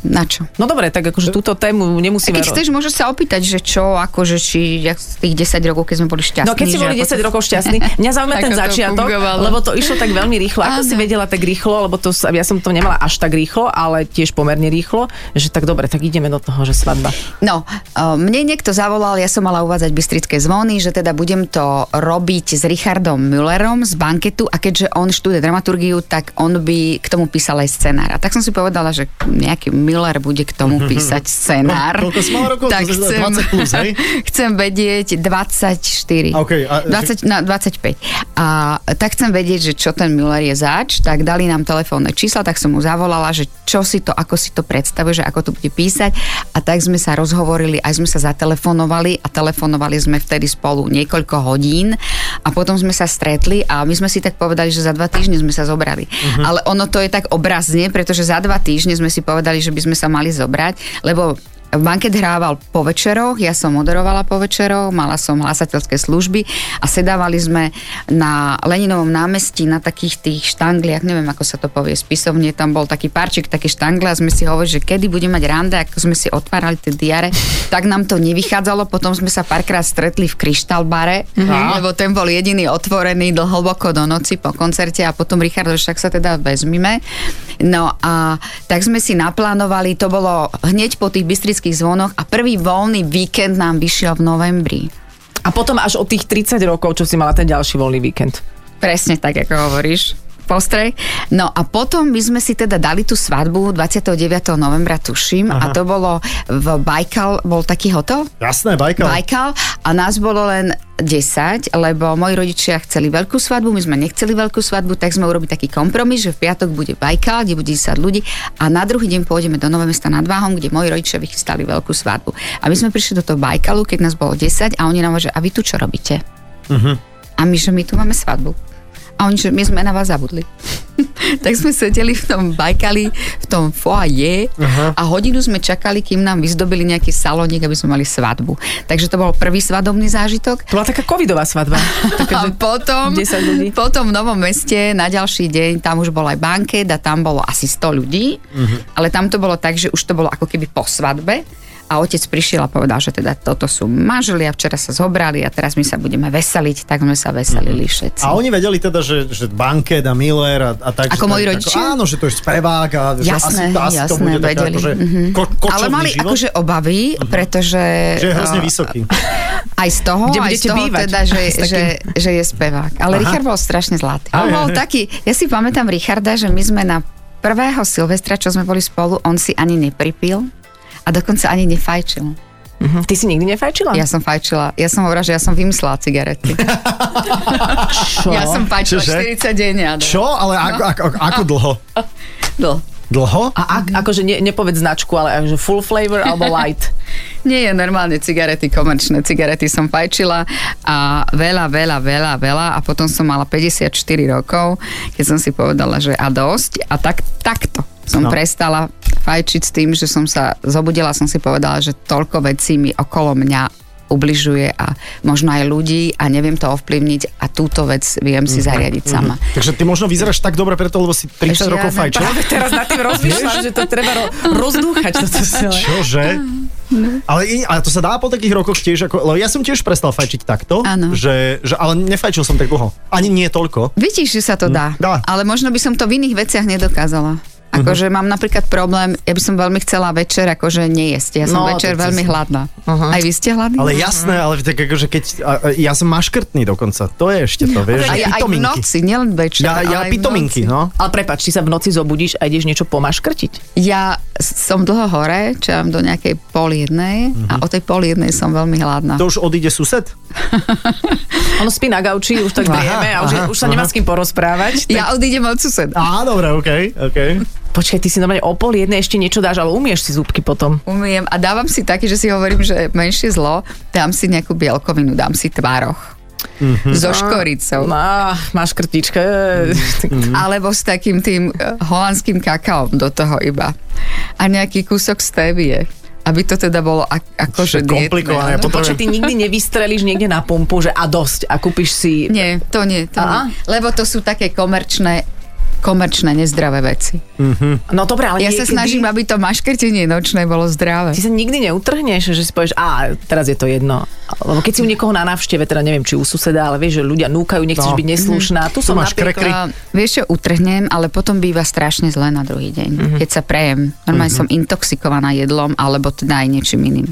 Speaker 2: na čo?
Speaker 4: No dobre, tak akože túto
Speaker 2: A
Speaker 4: tému nemusíme...
Speaker 2: keď chceš, môžeš sa opýtať, že čo, akože, či jak z tých 10 rokov, keď sme boli šťastní.
Speaker 4: No keď si
Speaker 2: že
Speaker 4: boli
Speaker 2: ako
Speaker 4: 10
Speaker 2: to-
Speaker 4: rokov šťastný, mňa zaujíma ten
Speaker 2: Ako to
Speaker 4: začiatok,
Speaker 2: fungovalo.
Speaker 4: lebo to išlo tak veľmi rýchlo. Ako
Speaker 2: Áno.
Speaker 4: si vedela tak rýchlo, lebo to, sa- ja som to nemala až tak rýchlo, ale tiež pomerne rýchlo, že tak dobre, tak ideme do toho, že svadba.
Speaker 2: No, eh, mne niekto zavolal, ja som mala uvádzať Bystrické zvony, že teda budem to robiť s Richardom Müllerom z banketu a keďže on študuje dramaturgiu, tak on by k tomu písal aj scenár. A tak som si povedala, že nejaký Müller bude k tomu písať scenár.
Speaker 3: No, koľko si mala rokov?
Speaker 2: Tak
Speaker 3: 20 plus, hej?
Speaker 2: chcem vedieť 24.
Speaker 3: OK, a-
Speaker 2: 20, na 25. A tak chcem vedieť, že čo ten Miller je zač, tak dali nám telefónne čísla, tak som mu zavolala, že čo si to, ako si to predstavuje, že ako to bude písať. A tak sme sa rozhovorili, aj sme sa zatelefonovali a telefonovali sme vtedy spolu niekoľko hodín a potom sme sa stretli a my sme si tak povedali, že za dva týždne sme sa zobrali.
Speaker 3: Mhm.
Speaker 2: Ale ono to je tak obrazne, pretože za dva týždne sme si povedali, že by sme sa mali zobrať, lebo Banket hrával po večeroch, ja som moderovala po večeroch, mala som hlasateľské služby a sedávali sme na Leninovom námestí na takých tých štangliach, neviem ako sa to povie, spisovne, tam bol taký parčik, také štangle a sme si hovorili, že kedy budeme mať rande, ako sme si otvárali tie diare, tak nám to nevychádzalo, potom sme sa párkrát stretli v kryštálbare, mm-hmm. lebo ten bol jediný otvorený dlho hlboko do noci po koncerte a potom Richard, že však sa teda vezmime. No a tak sme si naplánovali, to bolo hneď po tých bystrických zvonoch a prvý voľný víkend nám vyšiel v novembri.
Speaker 4: A potom až od tých 30 rokov, čo si mala ten ďalší voľný víkend.
Speaker 2: Presne tak, ako hovoríš. Postrej. No a potom my sme si teda dali tú svadbu 29. novembra, tuším, Aha. a to bolo v Bajkal, bol taký hotel?
Speaker 3: Jasné, Bajkal.
Speaker 2: Bajkal a nás bolo len 10, lebo moji rodičia chceli veľkú svadbu, my sme nechceli veľkú svadbu, tak sme urobili taký kompromis, že v piatok bude Bajkal, kde bude 10 ľudí a na druhý deň pôjdeme do Nového mesta nad Váhom, kde moji rodičia vychystali veľkú svadbu. A my sme prišli do toho Bajkalu, keď nás bolo 10 a oni nám hovoria, že a vy tu čo robíte?
Speaker 3: Mhm.
Speaker 2: A my, že my tu máme svadbu. A oni, že my sme na vás zabudli. tak sme sedeli v tom bajkali, v tom foaje
Speaker 3: Aha.
Speaker 2: a hodinu sme čakali, kým nám vyzdobili nejaký salónik, aby sme mali svadbu. Takže to bol prvý svadobný zážitok.
Speaker 4: To bola taká covidová svadba.
Speaker 2: A
Speaker 4: Takže
Speaker 2: potom,
Speaker 4: 10 ľudí.
Speaker 2: potom v Novom meste na ďalší deň tam už bol aj banket a tam bolo asi 100 ľudí,
Speaker 3: Mhm.
Speaker 2: ale tam to bolo tak, že už to bolo ako keby po svadbe a otec prišiel a povedal, že teda toto sú manželia, včera sa zobrali a teraz my sa budeme veseliť, tak sme sa veselili všetci.
Speaker 3: Mhm. A oni vedeli teda, že, že banket a Miller a, a tak.
Speaker 2: Ako
Speaker 3: že,
Speaker 2: moji
Speaker 3: tak-
Speaker 2: rodičia?
Speaker 3: áno, že to je spevák a
Speaker 2: Jasné,
Speaker 3: že asi, asi to
Speaker 2: jasné,
Speaker 3: bude také
Speaker 2: vedeli.
Speaker 3: akože
Speaker 2: Mhm.
Speaker 3: ko,
Speaker 2: Ale
Speaker 3: kočovný
Speaker 2: mali
Speaker 3: život, Mhm.
Speaker 2: akože obavy, pretože...
Speaker 3: že je hrozne
Speaker 2: a-
Speaker 3: vysoký.
Speaker 2: Aj z toho,
Speaker 4: Kde
Speaker 2: aj
Speaker 4: budete
Speaker 2: z toho
Speaker 4: bývať?
Speaker 2: teda, že,
Speaker 4: S takým-
Speaker 2: že, že je spevák. Ale
Speaker 3: Aha.
Speaker 2: Aha. Richard bol strašne zlatý.
Speaker 3: Aj,
Speaker 2: On bol
Speaker 3: aj, aj.
Speaker 2: taký, ja si pamätám Richarda, že my sme na prvého Silvestra, čo sme boli spolu, on si ani nepripil a dokonca ani nefajčil.
Speaker 4: Mhm. Ty si nikdy nefajčila?
Speaker 2: Ja som fajčila. Ja som hovorila, že ja som vymyslela cigarety.
Speaker 4: Čo?
Speaker 2: Ja som fajčila
Speaker 3: Čože?
Speaker 2: 40 deň. Ja, no.
Speaker 3: Čo? Ale ako, ako, ako, ako dlho?
Speaker 2: No.
Speaker 3: Dlho?
Speaker 4: A ak, akože ne, nepovedz značku, ale že full flavor alebo light.
Speaker 2: Nie je normálne cigarety, komerčné cigarety som fajčila a veľa, veľa, veľa, veľa a potom som mala 54 rokov, keď som si povedala, že a dosť a tak, takto som
Speaker 3: No.
Speaker 2: no. prestala fajčiť s tým, že som sa zobudila, som si povedala, že toľko vecí mi okolo mňa ubližuje a možno aj ľudí a neviem to ovplyvniť a túto vec viem si zariadiť sama.
Speaker 3: Takže ty možno vyzeráš tak dobre preto, lebo si 30
Speaker 2: Ešte
Speaker 3: rokov
Speaker 2: ja
Speaker 3: fajčil.
Speaker 4: Práve teraz nad tým rozmýšľam, že to treba ro- rozdúchať toto celé.
Speaker 3: Čože?
Speaker 2: Mhm.
Speaker 3: Ale, i- ale to sa dá po takých rokoch tiež, ako, lebo ja som tiež prestal fajčiť takto,
Speaker 2: Áno.
Speaker 3: že, že, ale nefajčil som tak dlho. Ani nie toľko.
Speaker 2: Vidíš, že sa to dá.
Speaker 3: dá. Mhm.
Speaker 2: Ale možno by som to v iných veciach nedokázala. Akože mám napríklad problém, ja by som veľmi chcela večer akože nejesť. Ja som
Speaker 4: No,
Speaker 2: no, večer
Speaker 4: to
Speaker 2: veľmi
Speaker 4: si-
Speaker 2: hladná. Aj vy ste hladní?
Speaker 3: Mhm. Ale jasné, ale tak akože keď, a, a, ja som maškrtný dokonca, to je ešte to,
Speaker 2: aj,
Speaker 3: vieš,
Speaker 2: aj
Speaker 3: že
Speaker 2: v
Speaker 3: pitominky.
Speaker 2: noci, nielen večer.
Speaker 3: Ja, ja
Speaker 2: ale aj v
Speaker 3: pitominky,
Speaker 2: noci.
Speaker 3: no.
Speaker 4: Ale prepač, ty sa v noci zobudíš a ideš niečo pomaškrtiť.
Speaker 2: Ja s- som dlho hore, čo mám do nejakej pol jednej a o tej pol jednej som veľmi hladná.
Speaker 3: Mhm. To už odíde sused?
Speaker 4: Ono spí na gauči, už tak
Speaker 3: Aha,
Speaker 4: vieme a
Speaker 3: aha,
Speaker 4: už, už sa
Speaker 3: aha.
Speaker 4: nemá s kým porozprávať. Tak... Ja...
Speaker 2: Ja odídem od suseda.
Speaker 3: Á, dobre, okej, okej.
Speaker 4: Počkaj, ty si normálne o pol jednej ešte niečo dáš, ale umieš si zúbky potom.
Speaker 2: Umiem a dávam si taký, že si hovorím, že menšie zlo, dám si nejakú bielkovinu, dám si tvároch. Mm-hmm.
Speaker 3: Mhm.
Speaker 2: So
Speaker 4: No,
Speaker 2: škoricou.
Speaker 4: Má, máš krtička.
Speaker 2: alebo s takým tým eh, holandským kakaom do toho iba. A nejaký kúsok stevie. Aby to teda bolo ak- akože
Speaker 3: Čo je
Speaker 2: dietné.
Speaker 3: komplikované,
Speaker 2: áno.
Speaker 3: potom-
Speaker 4: No, Počkaj, ty nikdy nevystrelíš niekde na pumpu, že a dosť a kúpiš si...
Speaker 2: Nie, to nie, to
Speaker 4: Aha.
Speaker 2: nie. Lebo to sú také komerčné komerčné, nezdravé veci.
Speaker 4: No dobre, ale
Speaker 2: Ja sa
Speaker 4: niekedy-
Speaker 2: snažím, aby to maškrtenie nočné bolo zdravé.
Speaker 4: Ty sa nikdy neutrhneš, že si povieš, a teraz je to jedno. Lebo keď si u niekoho na návšteve, teda neviem, či u suseda, ale vieš, že ľudia núkajú, nechceš
Speaker 3: No.
Speaker 4: no. byť neslušná. Tu som
Speaker 3: máš
Speaker 4: napríklad-
Speaker 3: krekry.
Speaker 2: A vieš čo, utrhnem, ale potom býva strašne zle na druhý deň, keď sa prejem. Normálne som intoxikovaná jedlom, alebo teda aj niečím iným.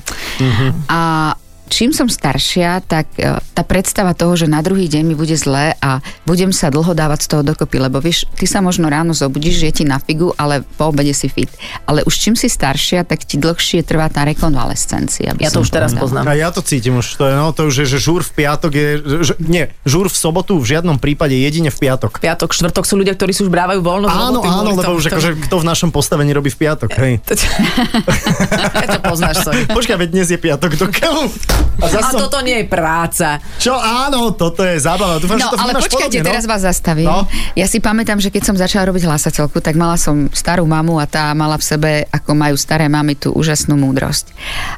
Speaker 2: A čím som staršia, tak e, tá predstava toho, že na druhý deň mi bude zle a budem sa dlho dávať z toho dokopy, lebo vieš, ty sa možno ráno zobudíš, že je ti na figu, ale po obede si fit. Ale už čím si staršia, tak ti dlhšie trvá tá rekonvalescencia. by
Speaker 4: Ja
Speaker 2: som
Speaker 4: to už teraz
Speaker 2: povedala.
Speaker 4: poznám.
Speaker 3: A ja to cítim už, to je, no, to už je, že žúr v piatok je, že, nie, žúr v sobotu v žiadnom prípade, jedine v piatok.
Speaker 4: Piatok, štvrtok sú ľudia, ktorí si už brávajú voľno. z
Speaker 3: Áno,
Speaker 4: roboty
Speaker 3: áno,
Speaker 4: kvôli
Speaker 3: lebo
Speaker 4: tomu,
Speaker 3: už
Speaker 4: to-
Speaker 3: akože kto v našom postavení robí v
Speaker 2: E,
Speaker 3: piatok, hej.
Speaker 4: To, Ja to poznáš, sorry.
Speaker 3: Počkaj, veď dnes je piatok, do keľu. A
Speaker 4: A
Speaker 3: zase som,
Speaker 4: toto nie je práca.
Speaker 3: čo, áno, toto je zábava. Dúfam, že
Speaker 2: No,
Speaker 3: to
Speaker 2: ale
Speaker 3: vnímaš
Speaker 2: počkajte,
Speaker 3: podobne, no?
Speaker 2: teraz vás zastavím.
Speaker 3: No.
Speaker 2: No? Ja si pamätám, že keď som začala robiť hlasateľku, tak mala som starú mamu a tá mala v sebe, ako majú staré mamy, tú úžasnú múdrosť.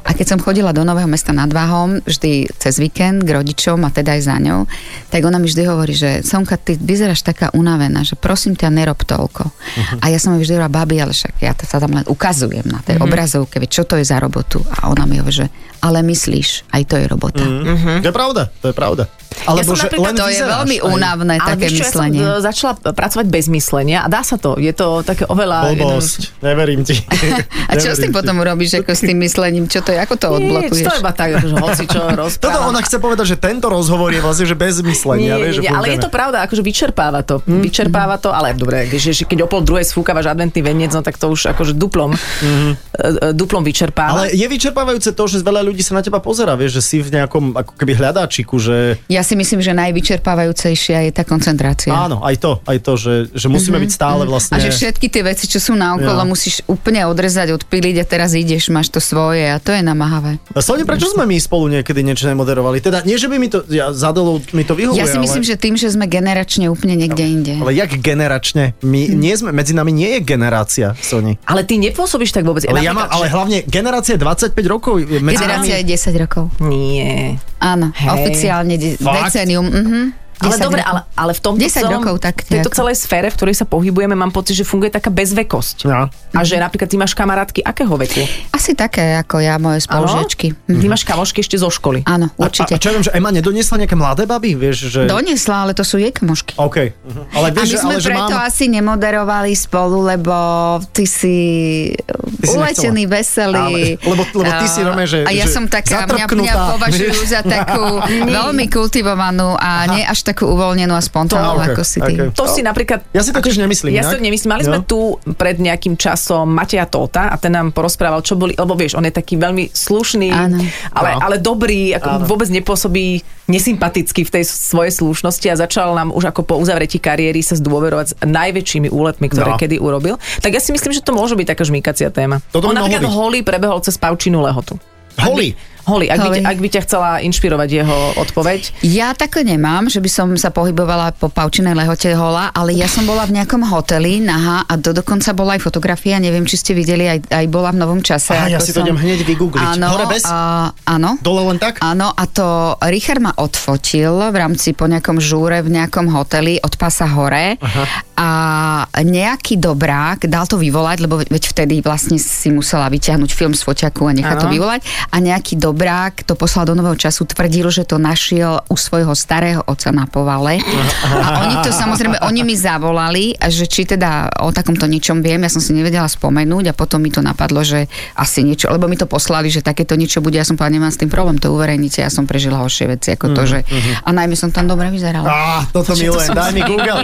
Speaker 2: A keď som chodila do Nového mesta nad Váhom, vždy cez víkend k rodičom a teda aj za ňou, tak ona mi vždy hovorí, že Sonka, ty vyzeráš taká unavená, že prosím ťa, nerob toľko.
Speaker 3: Mhm.
Speaker 2: Uh-huh. A ja som jej vždy
Speaker 3: Mhm.
Speaker 2: hovorila, babi, ale však ja to sa tam len ukazujem na tej uh-huh. obrazovke, veď čo to je za robotu. A ona mi hovorí, že ale myslíš. Aj to je robota. Mm.
Speaker 3: Mm-hmm. To je pravda, to je pravda. Alebo,
Speaker 4: som napríklad-
Speaker 2: To je
Speaker 3: vyzeráš
Speaker 2: veľmi
Speaker 3: aj.
Speaker 2: únavné
Speaker 4: Ale
Speaker 2: také
Speaker 4: vieš čo,
Speaker 2: myslenie.
Speaker 4: ja som e, začala pracovať bez myslenia a dá sa to. Je to také oveľa...
Speaker 3: Blbosť, neverím ti.
Speaker 2: A čo s tým
Speaker 3: Neverím ti.
Speaker 2: potom robíš, ako s tým myslením? Čo to je? Ako to
Speaker 4: Nič,
Speaker 2: odblokuješ?
Speaker 4: to iba tak, akože hoci čo
Speaker 3: Toto
Speaker 4: rozprávam.
Speaker 3: ona chce povedať, že tento rozhovor je vlastne že bez myslenia.
Speaker 4: nie,
Speaker 3: vieš, že Mhm.
Speaker 4: nie, ale je
Speaker 3: ponúkané.
Speaker 4: to pravda, akože vyčerpáva to. Mm. Vyčerpáva to, ale dobre, keď, keď o pol druhej sfúkavaš adventný veniec, no tak to už akože duplom, mm. duplom
Speaker 3: Mhm. Ale
Speaker 4: vyčerpáva.
Speaker 3: je vyčerpávajúce to, že veľa ľudí sa na teba pozera, vieš, že si v nejakom ako keby hľadáčiku, že
Speaker 2: Ja si myslím, že najvyčerpávajúcejšia je tá koncentrácia.
Speaker 3: áno, aj to, aj to, že, že musíme byť stále
Speaker 2: A
Speaker 3: vlastne...
Speaker 2: že všetky tie veci, čo sú naokolo, ja.
Speaker 3: Ja.
Speaker 2: musíš úplne odrezať, odpiliť a teraz ideš, máš to svoje a to je namahavé.
Speaker 3: Sonia, prečo sme my spolu niekedy niečo nemoderovali? Teda nie, že by mi to, ja, zadolo mi to vyhovuje,
Speaker 2: Ja si myslím,
Speaker 3: ale... No,
Speaker 2: že tým, že sme generačne úplne niekde inde.
Speaker 3: Ale jak generačne? My
Speaker 2: Mhm.
Speaker 3: nie sme, medzi nami nie je generácia, Soni.
Speaker 4: Ale ty nepôsobíš tak vôbec.
Speaker 3: Ale, ja
Speaker 4: Napríklad,
Speaker 3: mám, ale
Speaker 4: že-
Speaker 3: hlavne generácia 25 rokov je medzi
Speaker 2: Generácia
Speaker 3: nami.
Speaker 2: je 10 rokov.
Speaker 4: Nie.
Speaker 2: Áno,
Speaker 4: Hej.
Speaker 2: oficiálne de-
Speaker 3: Fakt?
Speaker 2: decenium. Mhm.
Speaker 4: Ale
Speaker 2: 10
Speaker 4: dobre,
Speaker 2: rokov.
Speaker 4: ale, ale v tom
Speaker 2: 10 rokov tak
Speaker 4: tejto
Speaker 2: nejako.
Speaker 4: celej sfére, v ktorej sa pohybujeme, mám pocit, že funguje taká bezvekosť.
Speaker 2: No.
Speaker 3: Ja.
Speaker 4: A že napríklad ty máš kamarátky akého veku?
Speaker 2: Asi také ako ja, moje
Speaker 4: Áno?
Speaker 2: spolužiečky.
Speaker 4: Ty máš kamošky ešte zo školy.
Speaker 2: Áno,
Speaker 3: A, a,
Speaker 2: určite.
Speaker 3: a čo ja viem, že Ema nedoniesla nejaké mladé baby, vieš, že...
Speaker 2: Donesla, ale to sú jej kamošky.
Speaker 3: OK. Ale
Speaker 2: A my
Speaker 3: vieš, že-
Speaker 2: sme
Speaker 3: ale, že
Speaker 2: preto
Speaker 3: mám...
Speaker 2: asi nemoderovali spolu, lebo ty si,
Speaker 3: Ty si
Speaker 2: ulečený,
Speaker 3: nechcela.
Speaker 2: veselý.
Speaker 3: Ale- lebo- lebo ty
Speaker 2: A-
Speaker 3: si Rome, že-
Speaker 2: A ja
Speaker 3: že
Speaker 2: som taká, mňa, mňa
Speaker 3: zatrpknutá.
Speaker 2: považujú za takú veľmi kultivovanú a nie až takú uvoľnenú a spontánnu,
Speaker 3: To-
Speaker 2: ako si ty.
Speaker 3: okay, okay.
Speaker 4: To si napríklad...
Speaker 3: Ja si to tiež nemyslím.
Speaker 4: Ja si to nemyslím. Mali sme
Speaker 3: No.
Speaker 4: tu pred nejakým časom Mateja Tóta a ten nám porozprával, čo boli, lebo vieš, on je taký veľmi slušný,
Speaker 2: Áno.
Speaker 4: ale,
Speaker 3: No.
Speaker 4: ale dobrý,
Speaker 3: Áno.
Speaker 4: ako vôbec nepôsobí nesympaticky v tej svojej slušnosti a začal nám už ako po uzavretí kariéry sa zdôverovať s najväčšími úletmi, ktoré
Speaker 3: No.
Speaker 4: kedy urobil. Tak ja si myslím, že to môže byť taká žmýkacia téma.
Speaker 3: Toto
Speaker 4: on
Speaker 3: by mal
Speaker 4: napríklad
Speaker 3: hovoriť.
Speaker 4: holý prebehol cez pavčinu lehotu.
Speaker 3: Holi.
Speaker 4: Holý, ak, by,
Speaker 2: Holý.
Speaker 4: te- ak by ťa chcela inšpirovať jeho odpoveď.
Speaker 2: Ja tak nemám, že by som sa pohybovala po paučinej lehote hola, ale ja som bola v nejakom hoteli nahá a do, dokonca bola aj fotografia, neviem, či ste videli, aj, aj bola v novom čase.
Speaker 3: Á,
Speaker 2: ako
Speaker 3: ja si to idem hneď vygoogliť.
Speaker 2: Áno,
Speaker 3: Hore bez?
Speaker 2: a- áno.
Speaker 3: Dole len tak?
Speaker 2: Áno, a to Richard ma odfotil v rámci po nejakom žúre v nejakom hoteli od pasa hore Aha. a nejaký dobrák dal to vyvolať, lebo veď vtedy vlastne si musela vyťahnuť film z foťaku a nechať to
Speaker 4: Áno.
Speaker 2: vyvolať a nejaký dobrák to poslal do nového času, tvrdil, že to našiel u svojho starého oca na povale a oni to samozrejme, oni mi zavolali, a že či teda o takomto niečom viem, ja som si nevedela spomenúť a potom mi to napadlo, že asi niečo, lebo mi to poslali, že takéto niečo bude, ja som povedala, nemám s tým problém, to uverejnite, ja som prežila horšie veci ako to,
Speaker 3: Mhm,
Speaker 2: že a najmä som tam dobre vyzerala.
Speaker 3: Á, toto milujem. Daj mi Google.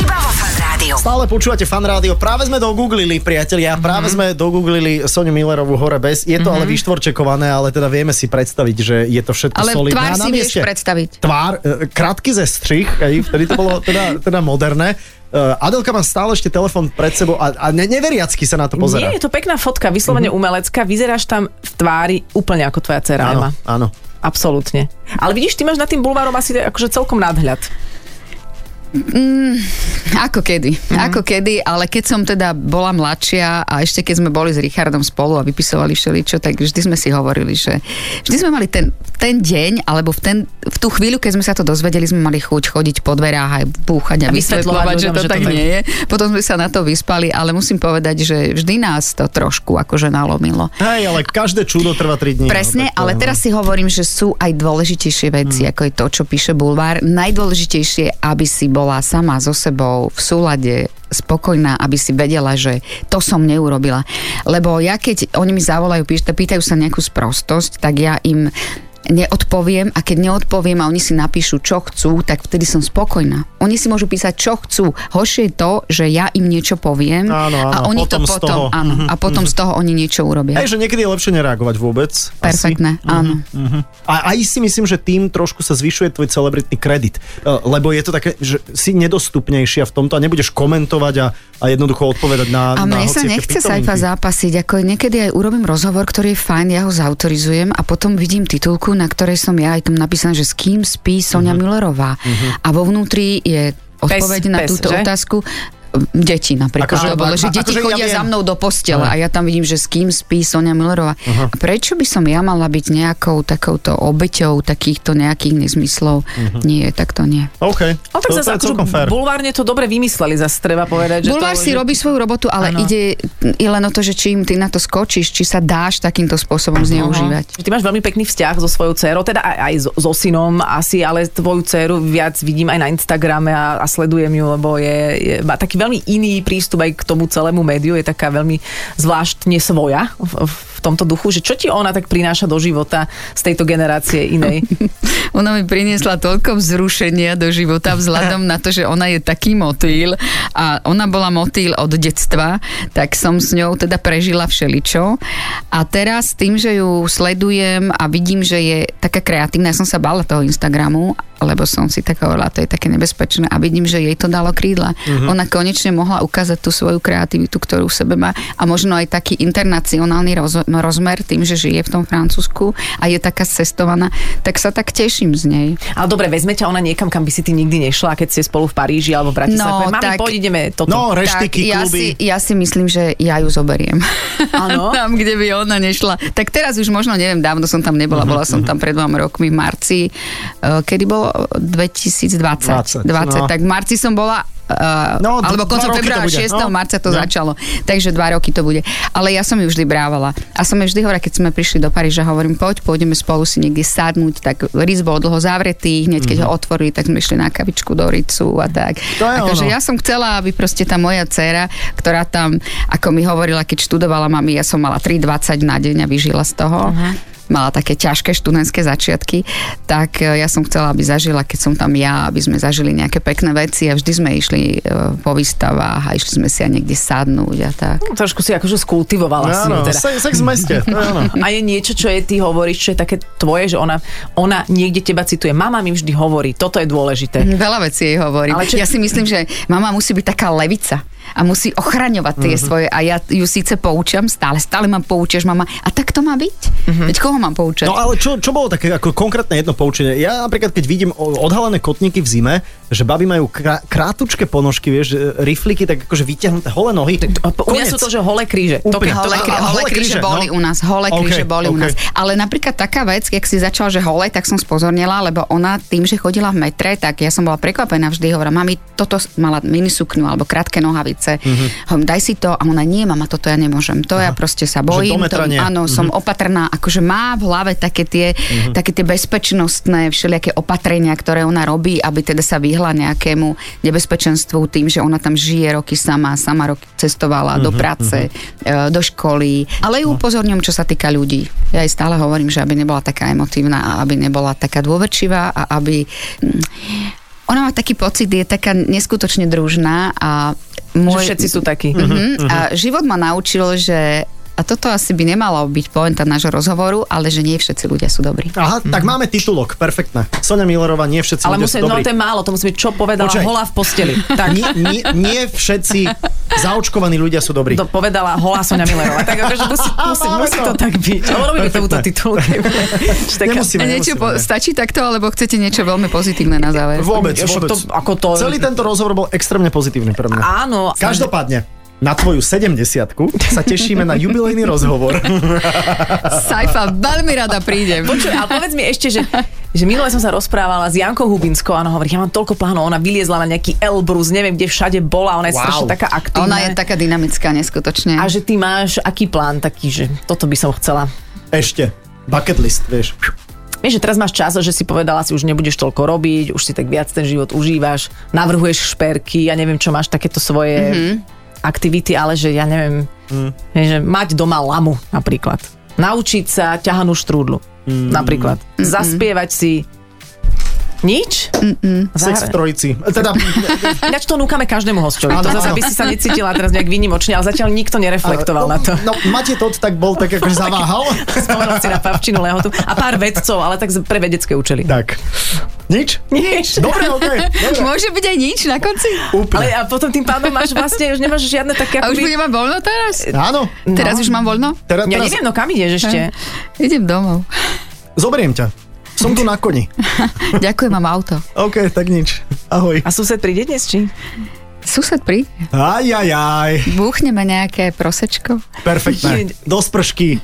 Speaker 1: Iba vo Fan Rádiu.
Speaker 3: Stále počúvate fan rádio. Práve sme dogooglili, priatelia. Práve
Speaker 2: Mhm.
Speaker 3: mm-hmm. sme dogooglili Soniu Millerovú hore bez. Je to mm-hmm. ale vyštvorčekované, ale teda vieme si predstaviť, že je to všetko
Speaker 2: Ale
Speaker 3: solidné.
Speaker 2: tvár
Speaker 3: A na
Speaker 2: si vieš
Speaker 3: mieste.
Speaker 2: predstaviť.
Speaker 3: Tvár, e, krátky ze střih, aj, vtedy to bolo teda, teda moderné. E, Adelka má stále ešte telefon pred sebou a, a ne, neveriacky sa na to pozera. Mhm.
Speaker 4: Nie, je to pekná fotka, vyslovene umelecká, vyzeráš tam v tvári úplne ako tvoja dcera
Speaker 3: Áno,
Speaker 4: Ema.
Speaker 3: áno.
Speaker 4: Absolútne. Ale vidíš, ty máš nad tým bulvárom asi akože celkom nadhľad.
Speaker 2: Ako kedy, ako kedy, ale keď som teda bola mladšia a ešte keď sme boli s Richardom spolu a vypisovali všeličo, tak vždy sme si hovorili, že vždy sme mali ten, ten deň, alebo v, ten, v tú chvíľu, keď sme sa to dozvedeli, sme mali chuť chodiť po dverách aj búchať a,
Speaker 4: A vysvetľovať
Speaker 2: vysvetľovať, že
Speaker 4: ľuďom,
Speaker 2: to
Speaker 4: že to
Speaker 2: tak
Speaker 4: tak-
Speaker 2: nie je. Potom sme sa na to vyspali, ale musím povedať, že vždy nás to trošku akože nalomilo.
Speaker 3: Hej, ale každé čudo trvá 3 dní.
Speaker 2: Presne,
Speaker 3: no, tak to- Hm.
Speaker 2: ale teraz si hovorím, že sú aj dôležitejšie veci, ako je to, čo píše Bulvár. Najdôležitejšie, aby si bola sama so sebou v súlade spokojná, aby si vedela, že to som neurobila. Lebo ja keď oni mi zavolajú, píš- pýtajú sa nejakú sprostosť, tak ja im neodpoviem a keď neodpoviem a oni si napíšu, čo chcú, tak vtedy som spokojná. Oni si môžu písať, čo chcú. Horšie je to, že ja im niečo poviem
Speaker 3: Áno, áno,
Speaker 2: a oni
Speaker 3: potom
Speaker 2: to
Speaker 3: z
Speaker 2: potom,
Speaker 3: toho.
Speaker 2: áno, a potom z toho oni niečo urobia.
Speaker 3: Hej, že niekedy je lepšie nereagovať vôbec.
Speaker 2: Perfektné,
Speaker 3: Asi.
Speaker 2: áno.
Speaker 3: Uh-huh. A aj si myslím, že tým trošku sa zvyšuje tvoj celebritný kredit. E, Lebo je to také, že si nedostupnejšia v tomto a nebudeš komentovať a, a jednoducho odpovedať na
Speaker 2: A
Speaker 3: na
Speaker 2: mne sa
Speaker 3: hociaké
Speaker 2: nechce sa
Speaker 3: pitominky.
Speaker 2: iba zápasiť, ako niekedy aj urobím rozhovor, ktorý je fajn, ja ho zautorizujem a potom vidím titulku, na ktorej som ja aj tam napísaná, že s
Speaker 3: Mhm.
Speaker 2: kým spí Sonia Millerová. A vo vnútri je odpoveď na
Speaker 4: pes,
Speaker 2: túto
Speaker 4: že?
Speaker 2: otázku. deti napríklad.
Speaker 3: Akože-
Speaker 2: to bolo, že
Speaker 3: a-
Speaker 2: deti
Speaker 3: akože ja
Speaker 2: chodia
Speaker 3: viem.
Speaker 2: za mnou do postele a ja tam vidím, že s kým spí Sonia Millerová. Uh-huh. Prečo by som ja mala byť nejakou takouto obeťou takýchto nejakých nezmyslov?
Speaker 3: Mhm.
Speaker 2: Uh-huh. Nie, tak to nie.
Speaker 3: OK,
Speaker 4: No tak
Speaker 3: to, to je
Speaker 4: zase akože
Speaker 3: celkom fér.
Speaker 4: bulvárne to dobre vymysleli, zase treba povedať. Že
Speaker 2: Bulvár
Speaker 4: to,
Speaker 2: si
Speaker 4: že...
Speaker 2: robí svoju robotu, ale
Speaker 4: Áno.
Speaker 2: ide i len o to, že čím ty na to skočíš, či sa dáš takýmto spôsobom zneužívať.
Speaker 4: Ty máš veľmi pekný vzťah so svojou dcerou, teda aj, aj so, so synom asi, ale tvoju dceru viac vidím aj na Instagrame a, a sledujem ju, lebo je, je, má taký veľmi iný prístup aj k tomu celému médiu, je taká veľmi zvláštne svoja v, v tomto duchu, že čo ti ona tak prináša do života z tejto generácie inej?
Speaker 2: Ona mi priniesla toľko vzrušenia do života vzhľadom na to, že ona je taký motýl a ona bola motýl od detstva, tak som s ňou teda prežila všeličo. A teraz tým, že ju sledujem a vidím, že je taká kreatívna, ja som sa bála toho Instagramu, lebo som si tak hovorila, to je také nebezpečné a vidím, že jej to dalo krídla. Mm-hmm. Ona konečne mohla ukázať tú svoju kreativitu, ktorú v sebe má a možno aj taký internacionálny roz- rozmer tým, že žije v tom Francúzsku a je taká cestovaná, tak sa tak teším z nej.
Speaker 4: Ale dobre, vezme ťa ona niekam, kam by si ty nikdy nešla, keď ste spolu v Paríži alebo v Bratislave.
Speaker 2: No,
Speaker 4: Mami,
Speaker 2: tak-
Speaker 4: poď ideme toto.
Speaker 3: No, reštiky,
Speaker 2: ja
Speaker 3: kluby.
Speaker 2: si, ja si myslím, že ja ju zoberiem.
Speaker 4: Áno.
Speaker 2: tam, kde by ona nešla. Tak teraz už možno, neviem, dávno som tam nebola, bola
Speaker 3: Mhm,
Speaker 2: som tam pred dvoma rokmi v marci, eh, kedy bolo 2020. 20,
Speaker 3: 20, no.
Speaker 2: Tak v marci som bola Uh, no,
Speaker 3: No, d-
Speaker 2: alebo
Speaker 3: dva
Speaker 2: koncom
Speaker 3: roky to
Speaker 2: februára,
Speaker 3: bude.
Speaker 2: 6.
Speaker 3: No.
Speaker 2: marca to
Speaker 3: No.
Speaker 2: začalo. Takže dva roky to bude. Ale ja som ju vždy brávala. A som jej vždy hovorila, keď sme prišli do Paríža, hovorím, poď, pôjdeme spolu si niekde sadnúť. Tak Riz bol dlho zavretý, hneď keď ho otvorili, tak sme išli na kavičku do Ricu a tak.
Speaker 3: Mhm. To je
Speaker 2: akože
Speaker 3: ono.
Speaker 2: ja som chcela, aby proste tá moja dcéra, ktorá tam, ako mi hovorila, keď študovala mami, ja som mala 3,20 na deň a vyžila z toho. Uh-huh mala také ťažké študentské začiatky, tak e, ja som chcela, aby zažila, keď som tam ja, aby sme zažili nejaké pekné veci a vždy sme išli e, po výstavách a išli sme si aj niekde sadnúť a tak.
Speaker 4: Trošku si akože skultivovala si ju
Speaker 3: Áno,
Speaker 4: teda.
Speaker 3: se- sex v meste, to je ono.
Speaker 4: A je niečo, čo je, ty hovoríš, čo je také tvoje, že ona, ona niekde teba cituje. Mama mi vždy hovorí, toto je dôležité.
Speaker 2: Veľa vecí jej hovorí.
Speaker 4: Ale
Speaker 2: Ale čo...
Speaker 4: čo-
Speaker 2: Ja si myslím, že mama musí byť taká levica a musí ochraňovať tie mm-hmm. svoje a ja ju síce poučam stále, stále ma poučaš mama a tak to má byť. Mm-hmm. Veď koho mám poučať?
Speaker 3: No ale čo, čo bolo také ako konkrétne jedno poučenie? Ja napríklad, keď vidím o- odhalené kotníky v zime, že baby majú krá, krátučké ponožky, vieš, e, rifliky, tak akože vyťahnuté holé nohy.
Speaker 4: U mňa sú to, že holé kríže. To,
Speaker 3: Úplne.
Speaker 4: keď to,
Speaker 2: Holé,
Speaker 3: a-
Speaker 2: kri-
Speaker 3: a-
Speaker 2: holé
Speaker 3: holé
Speaker 2: kríže
Speaker 3: kríže,
Speaker 2: boli u
Speaker 3: no.
Speaker 2: nás, holé
Speaker 3: OK,
Speaker 2: kríže boli u
Speaker 3: OK.
Speaker 2: nás. Ale napríklad taká vec, keď si začal, že holé, tak som spozornila, lebo ona tým, že chodila v metre, tak ja som bola prekvapená vždy, hovorila, mami, toto s- mala minisukňu alebo krátke nohavice,
Speaker 3: Mhm.
Speaker 2: mm-hmm. hovorím, daj si to a ona nie, mama, toto ja nemôžem, to ja proste sa bojím, to,
Speaker 3: metra nie.
Speaker 2: áno, som
Speaker 4: Mhm.
Speaker 2: opatrná, akože má v hlave také tie, také tie bezpečnostné všelijaké opatrenia, ktoré ona robí, aby teda sa vyhla nejakému nebezpečenstvu tým, že ona tam žije roky sama, sama roky cestovala
Speaker 4: Mhm,
Speaker 2: do práce, e, do školy. Ale
Speaker 4: No.
Speaker 2: ju upozorňujem, čo sa týka ľudí. Ja jej stále hovorím, že aby nebola taká emotívna a aby nebola taká dôverčivá a aby... mm, Ona má taký pocit, je taká neskutočne družná a
Speaker 4: že
Speaker 2: môj,
Speaker 4: všetci sú takí.
Speaker 3: Mhm.
Speaker 2: Mm-hmm. A život ma naučil, že a toto asi by nemalo byť poenta nášho rozhovoru, ale že nie všetci ľudia sú dobrí.
Speaker 3: Aha, tak máme titulok, perfektné. Sonia Millerová, nie všetci
Speaker 4: Mhm. Ale
Speaker 3: ľudia
Speaker 4: musí,
Speaker 3: sú
Speaker 4: no
Speaker 3: dobrí.
Speaker 4: to je málo, to musí byť, čo povedala
Speaker 3: Počkaj.
Speaker 4: hola v posteli.
Speaker 3: Tak.
Speaker 4: Tak.
Speaker 3: Nie, nie, nie všetci zaočkovaní ľudia sú dobrí.
Speaker 4: To povedala holá Sonia Millerová. Tak akože musí, musí,
Speaker 3: Máme
Speaker 4: musí
Speaker 3: to.
Speaker 4: to tak byť. No, Urobíme
Speaker 3: Perfektné.
Speaker 4: tomuto titulke. Že taká-
Speaker 3: Nemusíme,
Speaker 2: Niečo
Speaker 3: nemusíme.
Speaker 2: po,
Speaker 3: ne.
Speaker 2: stačí takto, alebo chcete niečo veľmi pozitívne na záver?
Speaker 3: Vôbec,
Speaker 4: Však
Speaker 3: vôbec.
Speaker 4: to- ako to-
Speaker 3: Celý tento rozhovor bol extrémne pozitívny pre mňa.
Speaker 4: Áno.
Speaker 3: Každopádne, na tvoju 70 sa tešíme na jubilejný rozhovor.
Speaker 2: Sajfa, veľmi rada prídem.
Speaker 4: Počuj, ale povedz mi ešte, že, že minule som sa rozprávala s Jankou Hubinskou a ona hovorí, ja mám toľko plánov, ona vyliezla na nejaký Elbrus, neviem, kde všade bola, ona je
Speaker 3: Wow.
Speaker 4: wow. strašne taká aktívna.
Speaker 2: Ona je taká dynamická, neskutočne.
Speaker 4: A že ty máš aký plán taký, že toto by som chcela?
Speaker 3: Ešte. Bucket list, vieš.
Speaker 4: Vieš, že teraz máš čas, že si povedala si, už nebudeš toľko robiť, už si tak viac ten život užívaš, navrhuješ šperky, ja neviem, čo máš takéto svoje mm-hmm. aktivity, ale že ja neviem, mm. vieš, že mať doma lamu napríklad. Naučiť sa ťahanú štrúdlu mm. napríklad. Mm-mm. Zaspievať si nič?
Speaker 3: Sex v trojici. Teda,
Speaker 4: Ináč to núkame každému hostovi. To
Speaker 3: Áno, áno.
Speaker 4: zase, aby si sa necítila teraz nejak výnimočne, ale zatiaľ nikto nereflektoval na to.
Speaker 3: No, Mate Todd tak bol tak akože zaváhal.
Speaker 4: Spomenul si na pavčinu lehotu a pár vedcov, ale tak pre vedecké účely.
Speaker 3: Tak. Nič?
Speaker 4: Nič.
Speaker 3: Dobre, okej. dobre.
Speaker 2: Môže byť aj nič na konci?
Speaker 3: Úplne.
Speaker 4: Ale a potom tým pádom máš vlastne, už nemáš žiadne také
Speaker 2: A už
Speaker 4: akoby...
Speaker 2: budem mať voľno teraz?
Speaker 3: Áno.
Speaker 2: Teraz už mám voľno?
Speaker 3: Teraz,
Speaker 4: Ja
Speaker 3: teraz
Speaker 4: neviem, no kam ideš ešte?
Speaker 2: Idem domov.
Speaker 3: zoberiem ťa. Som tu na koni.
Speaker 2: Ďakujem, mám auto.
Speaker 3: OK, tak nič. Ahoj.
Speaker 4: A sused príde dnes, či?
Speaker 2: Sused príde.
Speaker 3: Aj, aj, aj.
Speaker 2: Búchneme nejaké prosečko.
Speaker 3: Perfektné. Do spršky.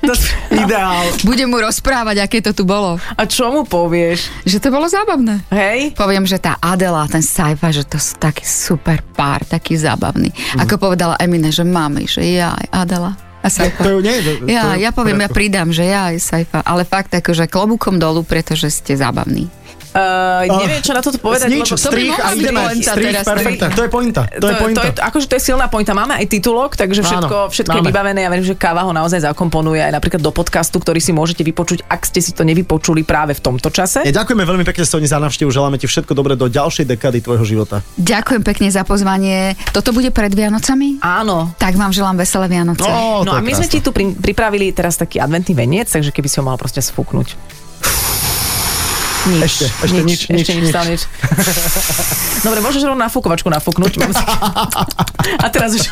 Speaker 3: Ideál.
Speaker 2: Budem mu rozprávať, aké to tu bolo.
Speaker 4: A čo mu povieš?
Speaker 2: Že to bolo zábavné.
Speaker 4: Hej?
Speaker 2: Poviem, že tá Adela, ten Saifa, že to sú taký super pár, taký zábavný.
Speaker 3: Mhm.
Speaker 2: Ako povedala Emine, že mami, že ja aj Adela a Saifa.
Speaker 3: To ju nie. To, to
Speaker 2: Ja,
Speaker 3: je
Speaker 2: ja
Speaker 3: v
Speaker 2: poviem, ja
Speaker 3: poriadku.
Speaker 2: pridám, že ja aj Saifa, ale fakt akože klobúkom dolu, pretože ste zábavní.
Speaker 4: Uh, neviem, čo na toto povedať.
Speaker 3: Nič,
Speaker 4: lebo-
Speaker 2: to by
Speaker 3: strich
Speaker 2: mohla
Speaker 3: a
Speaker 2: byť
Speaker 3: ideme.
Speaker 2: pointa
Speaker 3: Strich,
Speaker 2: teraz.
Speaker 3: perfektné. To je pointa. To je pointa.
Speaker 4: To je, akože to je silná pointa. Máme aj titulok, takže všetko,
Speaker 3: Áno,
Speaker 4: všetko je
Speaker 3: máme.
Speaker 4: vybavené. Ja verím, že káva ho naozaj zakomponuje aj napríklad do podcastu, ktorý si môžete vypočuť, ak ste si to nevypočuli práve v tomto čase.
Speaker 3: Ja ďakujeme veľmi pekne, Soni, za návštevu. Želáme ti všetko dobré do ďalšej dekady tvojho života.
Speaker 2: Ďakujem pekne za pozvanie. Toto bude pred Vianocami?
Speaker 4: Áno.
Speaker 2: Tak vám želám veselé Vianoce.
Speaker 3: Ó, to
Speaker 4: No a
Speaker 3: je
Speaker 4: my sme
Speaker 3: krásne.
Speaker 4: ti tu pri, pripravili teraz taký adventný veniec, takže keby si ho mal proste sfúknuť. Nič,
Speaker 3: Ešte, ešte nič, nič,
Speaker 4: ešte nič,
Speaker 3: nič.
Speaker 4: stále nič. Dobre, môžeš rovno na fúkovačku nafúknuť. Mám si... A teraz už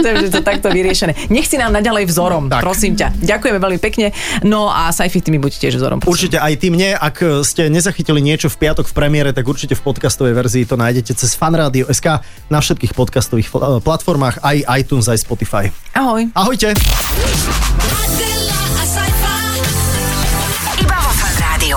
Speaker 4: to je už to takto vyriešené. Nech si nám naďalej vzorom,
Speaker 3: Tak.
Speaker 4: prosím ťa. Ďakujeme veľmi pekne. No a Saifi, ty mi buď tiež vzorom. prosím.
Speaker 3: Určite aj ty mne, ak e, ste nezachytili niečo v piatok v premiére, tak určite v podcastovej verzii to nájdete cez fanradio.sk na všetkých podcastových pl- e, platformách, aj iTunes, aj Spotify.
Speaker 4: Ahoj.
Speaker 3: Ahojte!
Speaker 6: Adela, a Saifa.
Speaker 1: Iba vo Fan Rádiu.